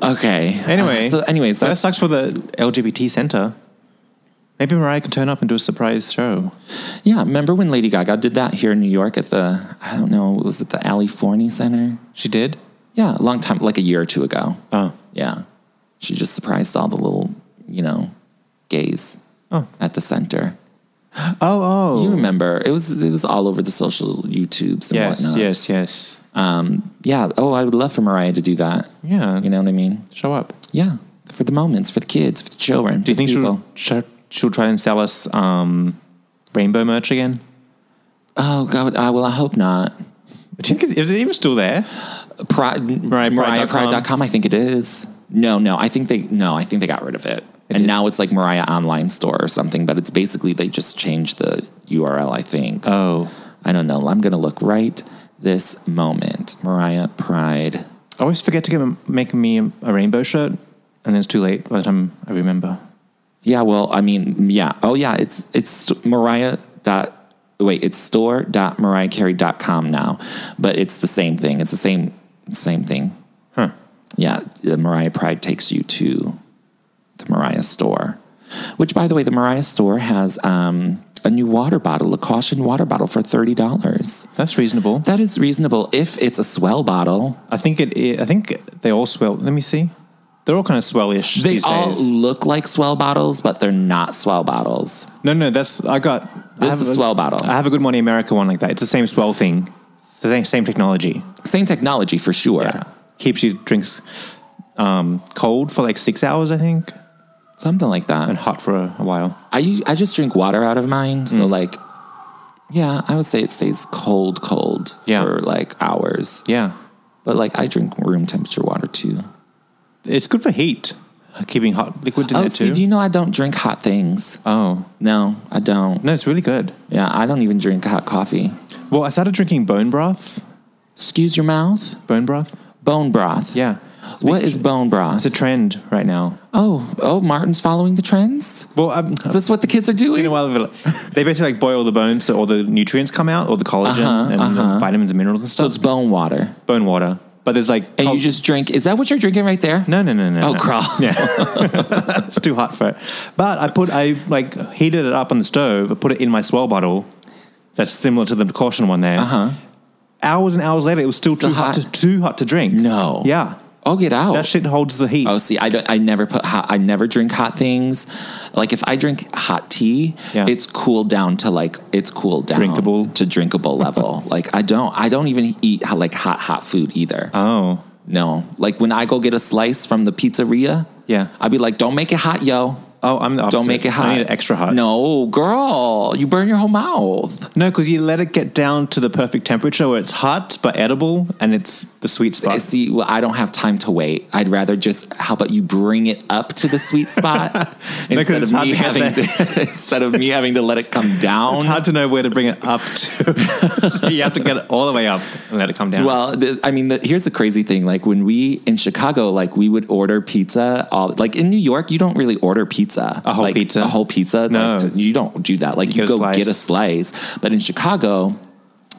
Okay.
Anyway.
Uh, so, anyways,
that
that's,
sucks for the LGBT center. Maybe Mariah can turn up and do a surprise show.
yeah. Remember when Lady Gaga did that here in New York at the I don't know was it the Alley Forney Center?
She did?
Yeah, a long time, like a year or two ago.
Oh.
Yeah. She just surprised all the little, you know, gays
Oh.
at the center.
Oh, oh.
You remember? It was it was all over the social YouTubes and
yes,
whatnot.
yes, yes.
Um, yeah. Oh, I would love for Mariah to do that.
Yeah.
You know what I mean?
Show up.
Yeah. For the moments, for the kids, for the children.
Do you think
people.
she'll, she'll, she'll try and sell us um, rainbow merch again?
Oh God! I, well, I hope not.
Do you think, is it even still there?
Pride,
Mariah Pride dot com.
MariahPride.com. I think it is. No, no. I think they no. I think they got rid of it, and
did.
now it's like Mariah Online Store or something. But it's basically they just changed the URL. I think.
Oh.
I don't know. I'm gonna look right this moment. Mariah Pride.
I always forget to get, make me a rainbow shirt, and then it's too late by the time I remember.
Yeah. Well, I mean, yeah. Oh, yeah. It's it's Mariah dot. Wait, it's store.mariahcarey.com now, but it's the same thing. It's the same same thing.
Huh.
yeah, the Mariah Pride takes you to the Mariah store, which, by the way, the Mariah store has um, a new water bottle, a caution water bottle for $30.
That's reasonable.
That is reasonable if it's a swell bottle.
I think it. i- I think they all swell. Let me see. They're all kind of swellish
They
these
all
days.
look like swell bottles, but they're not swell bottles.
no, no, that's I got.
This
I have
is a swell bottle.
I have a Good Morning America one like that. It's the same swell thing. It's the same- same technology.
Same technology for sure.
Keeps you drinks um, cold for like six hours, I think,
Something like
and
that.
hot for a, a while.
I, u- I just drink water out of mine.
Mm.
So, like, yeah, I would say it stays cold, cold
Yeah.
for like hours.
Yeah,
But, like, I drink room temperature water too.
it's good for heat. Keeping hot liquid in
Oh,
there
see,
too.
do you know I don't drink hot things?
oh
No, I don't.
no, it's really good.
Yeah, I don't even drink hot coffee.
Well, I started drinking bone broths.
Excuse your mouth.
Bone broth.
Bone broth.
Yeah,
What is bone broth?
it's a trend right now.
oh, oh, Martin's following the trends.
Well, I'm,
Is this what the kids are doing?
In a while, they basically like boil the bones so all the nutrients come out, all the collagen
Uh-huh,
and the vitamins and minerals and
so
stuff.
it's bone water,
bone water, but there's like
and
col-
you just drink. Is that what you're drinking right there?
Oh. no, no, no, no.
Oh,
no.
crawl.
It's too hot for it. But I put I like heated it up on the stove. I put it in my swell bottle. That's similar to the caution one there.
Uh huh.
Hours and hours later, it was still
Still
too hot.
hot.
to, too hot to drink.
No.
Yeah.
Oh, get out.
That shit holds the heat.
Oh, see, I don't. I never put hot. I never drink hot things. Like if I drink hot tea,
Yeah.
it's cooled down to like it's cooled down
Drinkable.
to drinkable level. like I don't. I don't even eat ho- like hot hot food either.
Oh.
no, like when I go get a slice from the pizzeria,
Yeah.
I'd be like, "Don't make it hot, yo."
Oh, I'm the opposite.
Don't make it hot.
I need it extra hot.
No, girl, you burn your whole mouth.
No, because you let it get down to the perfect temperature where it's hot but edible and it's the sweet spot.
See, well, I don't have time to wait. I'd rather just. How about you bring it up to the sweet spot instead
it's
of
hard
me
to get
having to, instead of me having to let it come down.
It's hard to know where to bring it up to. so you have to get it all the way up and let it come down.
Well, the, I mean, the, here's the crazy thing. Like when we in Chicago, like we would order pizza. All like in New York, you don't really order pizza.
A whole
Like,
pizza?
A whole pizza.
No.
Like, you don't do that. Like you,
You get a
go
slice.
get a slice. But in Chicago.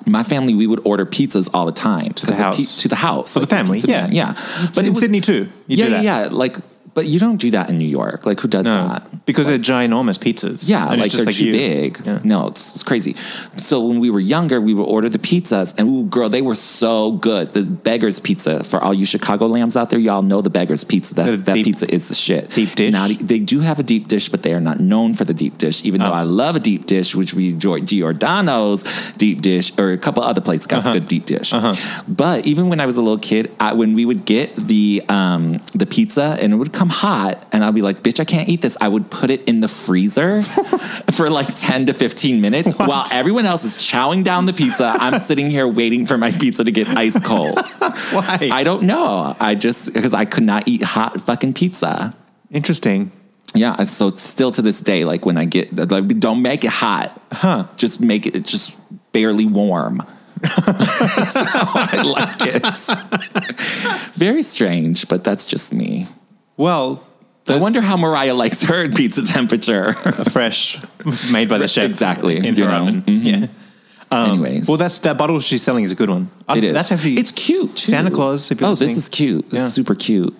My family, we would order pizzas all the time to
the house.
to the house,
For the family,
pizza
yeah.
man, yeah.
but in
was-
Sydney too. You
yeah,
do that.
yeah, yeah. Like, but you don't do that in New York. Like, who does
No,
that?
because they're ginormous pizzas.
Yeah,
And it's
like
just
they're too
you.
big.
Yeah.
No, it's, it's crazy. So when we were younger, we would order the pizzas, and ooh, girl, they were so good. The beggar's pizza for all you Chicago lambs out there, y'all know the beggar's pizza. That's
The
that
deep-
pizza is the shit.
deep dish?
Not, e, they do have a deep dish, but they are not known for the deep dish. Even though I love a deep dish, which we enjoy Giordano's deep dish, or a couple other places got the good deep dish. But even when I was a little kid, I, when we would get the um, the pizza and it would come hot, and I'd be like, "Bitch, I can't eat this." I would put it in the freezer for like ten to fifteen minutes while everyone else is chowing down the pizza. I'm sitting here waiting for my pizza to get ice cold.
Why?
I don't know. I just because I could not eat hot fucking pizza.
Interesting.
Yeah, so it's still to this day, like when I get like, don't make it hot, huh? Just make it just barely warm. That's how I like it. Very strange, but that's just me.
Well,
I wonder how Mariah likes her pizza temperature.
fresh, made by the chef.
Exactly,
In
you
her
know. Mm-hmm.
oven. Yeah. Um,
Anyways,
Well, that's that bottle she's selling is a good one. I-
it is.
That's actually
it's cute. too.
Santa Claus, if you're
oh,
listening.
this is cute. This
Yeah.
is super cute.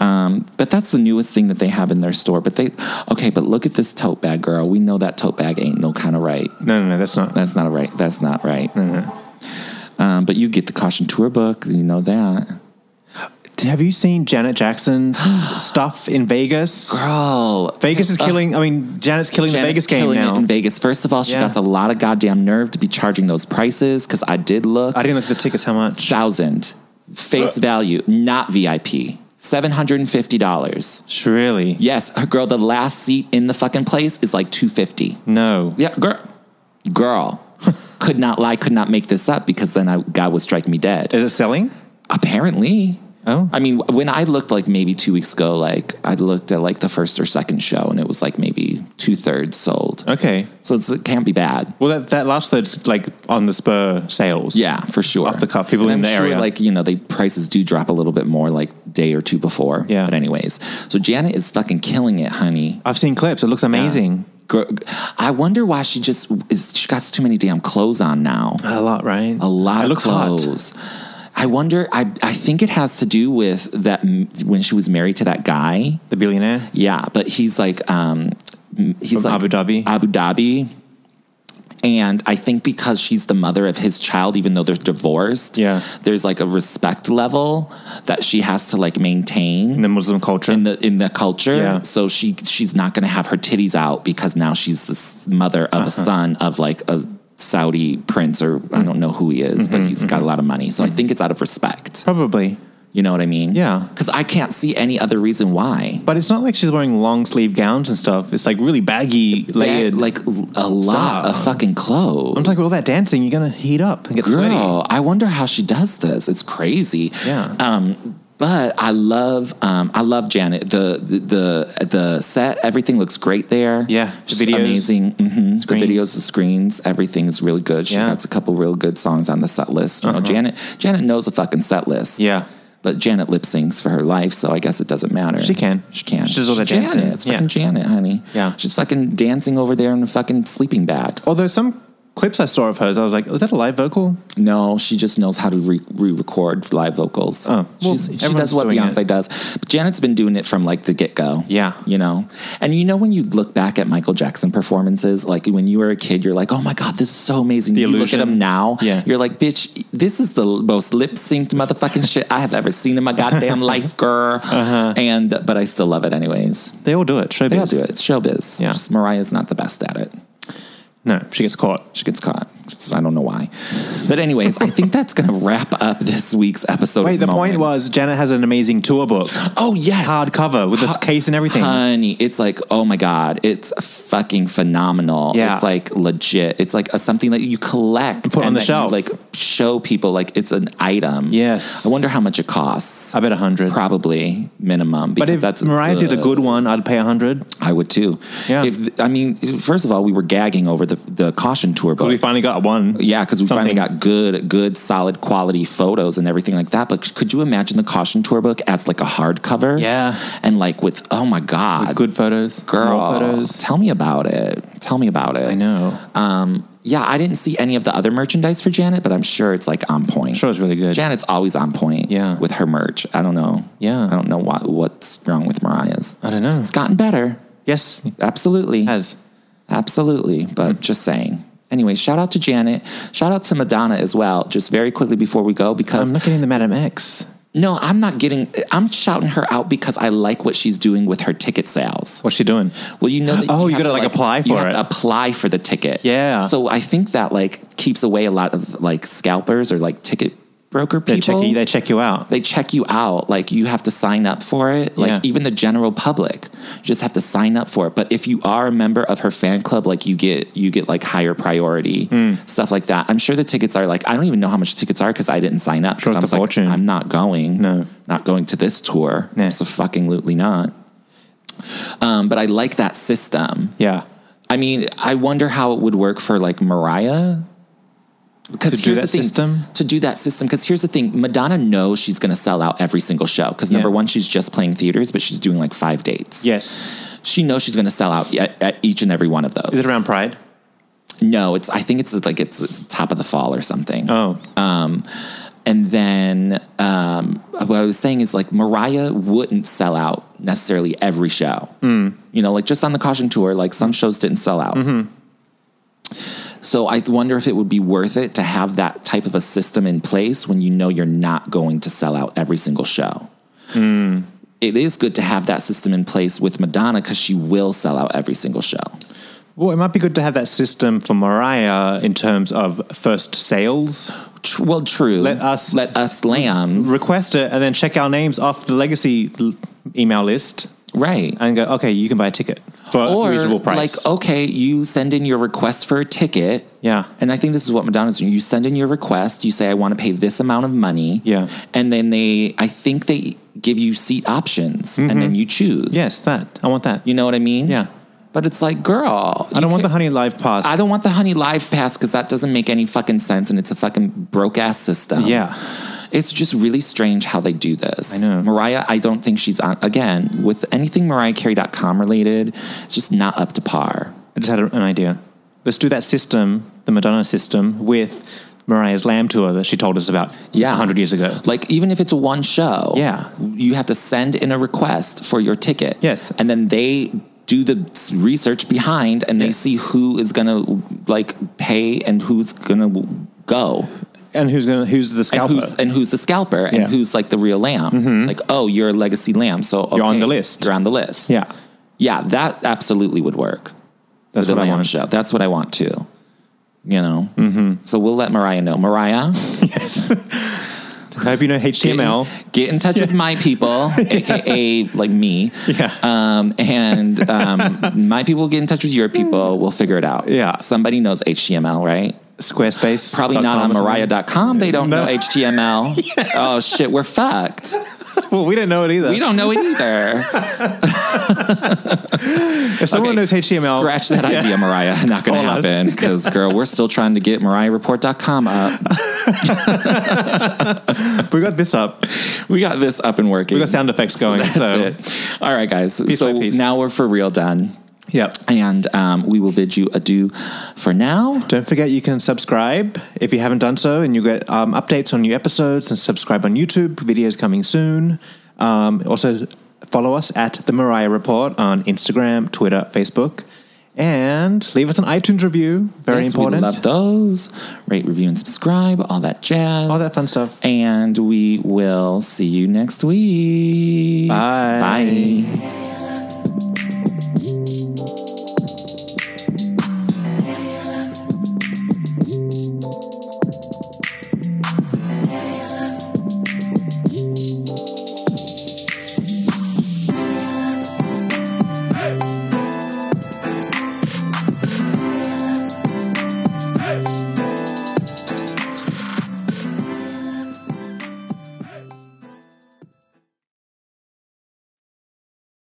Um, but that's the newest thing that they have in their store. But they okay, but look at this tote bag, girl. We know that tote bag ain't no kind of right.
No, no, no. That's not.
That's not right. That's not right.
Uh-huh.
Um, but you get the caution tour book. You know that,
Have you seen Janet Jackson's stuff in Vegas?
girl.
Vegas is killing. I mean, Janet's killing the Vegas game
Uh, killing
now.
it in Vegas. First of all, she
Yeah.
got a lot of goddamn nerve to be charging those prices because I did look.
I didn't Uh. look at the tickets. How much?
thousand face value, not VIP. Seven hundred and fifty dollars.
Really?
Yes, her girl. The last seat in the fucking place is like two fifty.
No.
Yeah, girl, girl. could not lie. Could not make this up because then I, God would strike me dead.
Is it selling?
Apparently.
Oh.
I mean, when I looked like maybe two weeks ago, like I looked at like the first or second show and it was like maybe two thirds sold.
Okay.
So it's, it can't be bad.
Well, that, that last third's like on the spur sales.
Yeah, for sure.
Off the cuff, people
And
in
I'm
the
sure,
area.
Like you know, the prices do drop a little bit more, like day or two before.
Yeah.
But anyways, so Janet is fucking killing it, honey.
I've seen clips. It looks amazing.
Gr- I wonder why she just is. She got too many damn clothes on now.
A lot, right?
a lot
Uh, it
of
looks Hot.
clothes. I wonder. I I think it has to do with that m- when she was married to that guy.
The billionaire.
Yeah, but he's like um m- he's
From
like
Abu Dhabi?
Abu Dhabi. And I think because she's the mother of his child, even though they're divorced,
Yeah.
there's like a respect level that she has to like maintain
In the Muslim culture.
in the in the culture.
Yeah.
So she she's not going to have her titties out because now she's the s- mother of
Uh-huh.
a son of like a Saudi prince or I don't know who he is, but
Mm-hmm,
he's got a lot of money. So I think it's out of respect.
Probably.
You know what I mean?
Yeah.
Because I can't see any other reason why.
But it's not like she's wearing long sleeve gowns and stuff. It's like really baggy, layered.
Yeah, like l- a lot of fucking clothes.
I'm like, all that dancing, you're going to heat up and get
girl.
sweaty.
I wonder how she does this. It's crazy.
Yeah.
Um, but I love, um, I love Janet. The, the the the set, everything looks great there.
Yeah, Mm-hmm. the
just
videos,
amazing. hmm The
screens.
videos, the screens, everything is really good. She
Yeah. Uh-huh.
got a couple real good songs on the set list. You know, Janet Janet knows a fucking set list.
Yeah.
But Janet lip syncs for her life, so I guess it doesn't matter.
She can.
She can.
She does all
She's
that dancing.
Janet. It's
Yeah.
fucking Janet, honey.
Yeah.
She's fucking dancing over there in a fucking sleeping bag.
Although some clips I saw of hers, I was like, was that a live vocal?
No, she just knows how to re- re-record live vocals.
Oh, well,
She's, she
everyone's
does what
doing
Beyonce
it.
does. But Janet's been doing it from like the get-go.
Yeah.
you know. And you know when you look back at Michael Jackson performances, like when you were a kid, you're like, "Oh my god, this is so amazing."
The
you
illusion.
look at him now,
Yeah.
you're like, "Bitch, this is the most lip-synced motherfucking shit I have ever seen in my goddamn life, girl."
Uh-huh.
And but I still love it anyways.
They all do it. Showbiz.
They all do it. It's showbiz.
Yeah.
Just Mariah's not the best at it.
No, she gets caught.
She gets caught. It's- I don't know why. But anyways, I think that's going to wrap up this week's episode.
Wait,
of
the point
Moments.
was Janet has an amazing tour book,
oh yes,
hardcover with this
Hu-
case and everything.
Honey, it's like oh my god, it's fucking phenomenal.
Yeah.
it's like legit. It's like a, something that you collect,
put on
and
the
that you,
shelf.
like show people like it's an item.
Yes.
I wonder how much it costs.
I bet a hundred.
Probably minimum.
But
Because
if
that's
Mariah did a
good.
good one, I'd pay a hundred.
I would too.
Yeah.
If I mean, first of all, we were gagging over the the caution tour book.
But we finally got one.
Yeah, because we finally
Something.
got good, good, solid quality photos and everything like that. But could you imagine the caution tour book as like a hardcover?
Yeah.
and like with oh my god,
good photos,
girl,
raw photos.
Tell me about it. Tell me about it.
I know.
Um, yeah, I didn't see any of the other merchandise for Janet, but I'm sure it's like on point.
Sure, it's really good.
Janet's always on point.
Yeah.
with her merch. I don't know.
Yeah.
I don't know what what's wrong with Mariah's.
I don't know.
It's gotten better.
Yes, it
Absolutely.
has.
Absolutely, but just saying. Anyway, shout out to Janet. Shout out to Madonna as well. Just very quickly before we go, because
I'm not getting the Madam X.
no, I'm not getting. I'm shouting her out because I like what she's doing with her ticket sales.
What's she doing?
Well, you know, that
Oh, you
have
gotta,
to,
like, apply
you
for
have
it.
to apply for the ticket.
Yeah.
So I think that like keeps away a lot of like scalpers or like ticket broker people
They check, you, they check you out.
they check you out. Like you have to sign up for it. Like
Yeah.
even the general public, you just have to sign up for it. But if you are a member of her fan club, like you get you get like higher priority
Hmm.
stuff like that. I'm sure the tickets are like I don't even know how much tickets are because I didn't sign up.
Sure,
'cause
it's
I
a
was like,
fortune.
I'm not going.
No.
not going to this tour.
Nah.
So fucking lutely not. Um, but I like that system.
yeah.
I mean, I wonder how it would work for like Mariah. Because
To do that system?
to do that system. Because here's the thing: Madonna knows she's going to sell out every single show. Because number
Yeah.
one, she's just playing theaters, but she's doing like five dates.
Yes.
she knows she's going to sell out at, at each and every one of those.
Is it around Pride?
No, it's. I think it's like it's, it's top of the fall or something.
Oh.
Um, and then um, what I was saying is like Mariah wouldn't sell out necessarily every show. You know, like just on the caution tour, like some shows didn't sell out. So I wonder if it would be worth it to have that type of a system in place when you know you're not going to sell out every single show. Mm. It is good to have that system in place with Madonna because she will sell out every single show.
Well, it might be good to have that system for Mariah in terms of first sales.
Tr- well, true.
Let us-
let us lambs
Request it and then check our names off the legacy l- email list
right
and go, okay, you can buy a ticket for a reasonable price.
Like, oh, okay, you send in your request for a ticket.
Yeah.
And I think this is what Madonna's doing. You send in your request, you say, I want to pay this amount of money.
Yeah.
And then they, I think they give you seat options and then you choose.
Mm-hmm. yes, that. I want that.
You know what I mean?
Yeah.
But it's like, girl.
I don't want the Honey Live Pass.
I don't want the honey live pass because that doesn't make any fucking sense and it's a fucking broke ass system.
Yeah.
It's just really strange how they do this.
I know.
Mariah, I don't think she's on, again, with anything MariahCarey.com related, it's just not up to par.
I just had a- an idea. Let's do that system, the Madonna system, with Mariah's Lamb tour that she told us about
Yeah.
100 years ago.
Like, even if it's a one show,
Yeah.
you have to send in a request for your ticket.
Yes.
And then they do the s- research behind and they
Yes.
see who is going to, like, pay and who's going to go.
And who's gonna who's the
and
scalper?
who's and who's the scalper and
Yeah. Mm-hmm.
who's like the real lamb. Like, oh, you're a legacy lamb, so
You're on
okay,
the list.
You're on the list.
yeah,
yeah, that absolutely would work.
that's
the
what I
lamb
want.
show. That's what I want to. You know. Mm-hmm. So we'll let Mariah know. Mariah,
Yes. I hope you know
get, in,
HTML.
get in touch with my people, aka like me.
Yeah.
Um, and um, my people get in touch with your people. We'll figure it out.
Hmm. Yeah.
Somebody knows HTML, right?
Squarespace.
Probably
dot
not
com
on
or something.
Mariah.com. They don't
No.
know HTML. Oh shit, we're fucked.
Well, we don't know it either.
We don't know it either.
if someone
Okay,
knows HTML,
Scratch that idea, Mariah. Not going to
All us.
happen because, girl, we're still trying to get MariahReport.com up.
we got this up.
We got this up and working.
We got sound effects going,
that's
so-
it. All right, guys.
Piece
so
by piece.
now we're for real done.
Yep.
And um, we will bid you adieu for now.
Don't forget you can subscribe if you haven't done so, and you get um, updates on new episodes and subscribe on YouTube. Videos coming soon. Um, also, follow us at The Mariah Report on Instagram, Twitter, Facebook, and leave us an iTunes review. Very
Yes,
important.
We love those. Rate, review, and subscribe. All that jazz.
All that fun stuff.
And we will see you next week.
Bye.
Bye.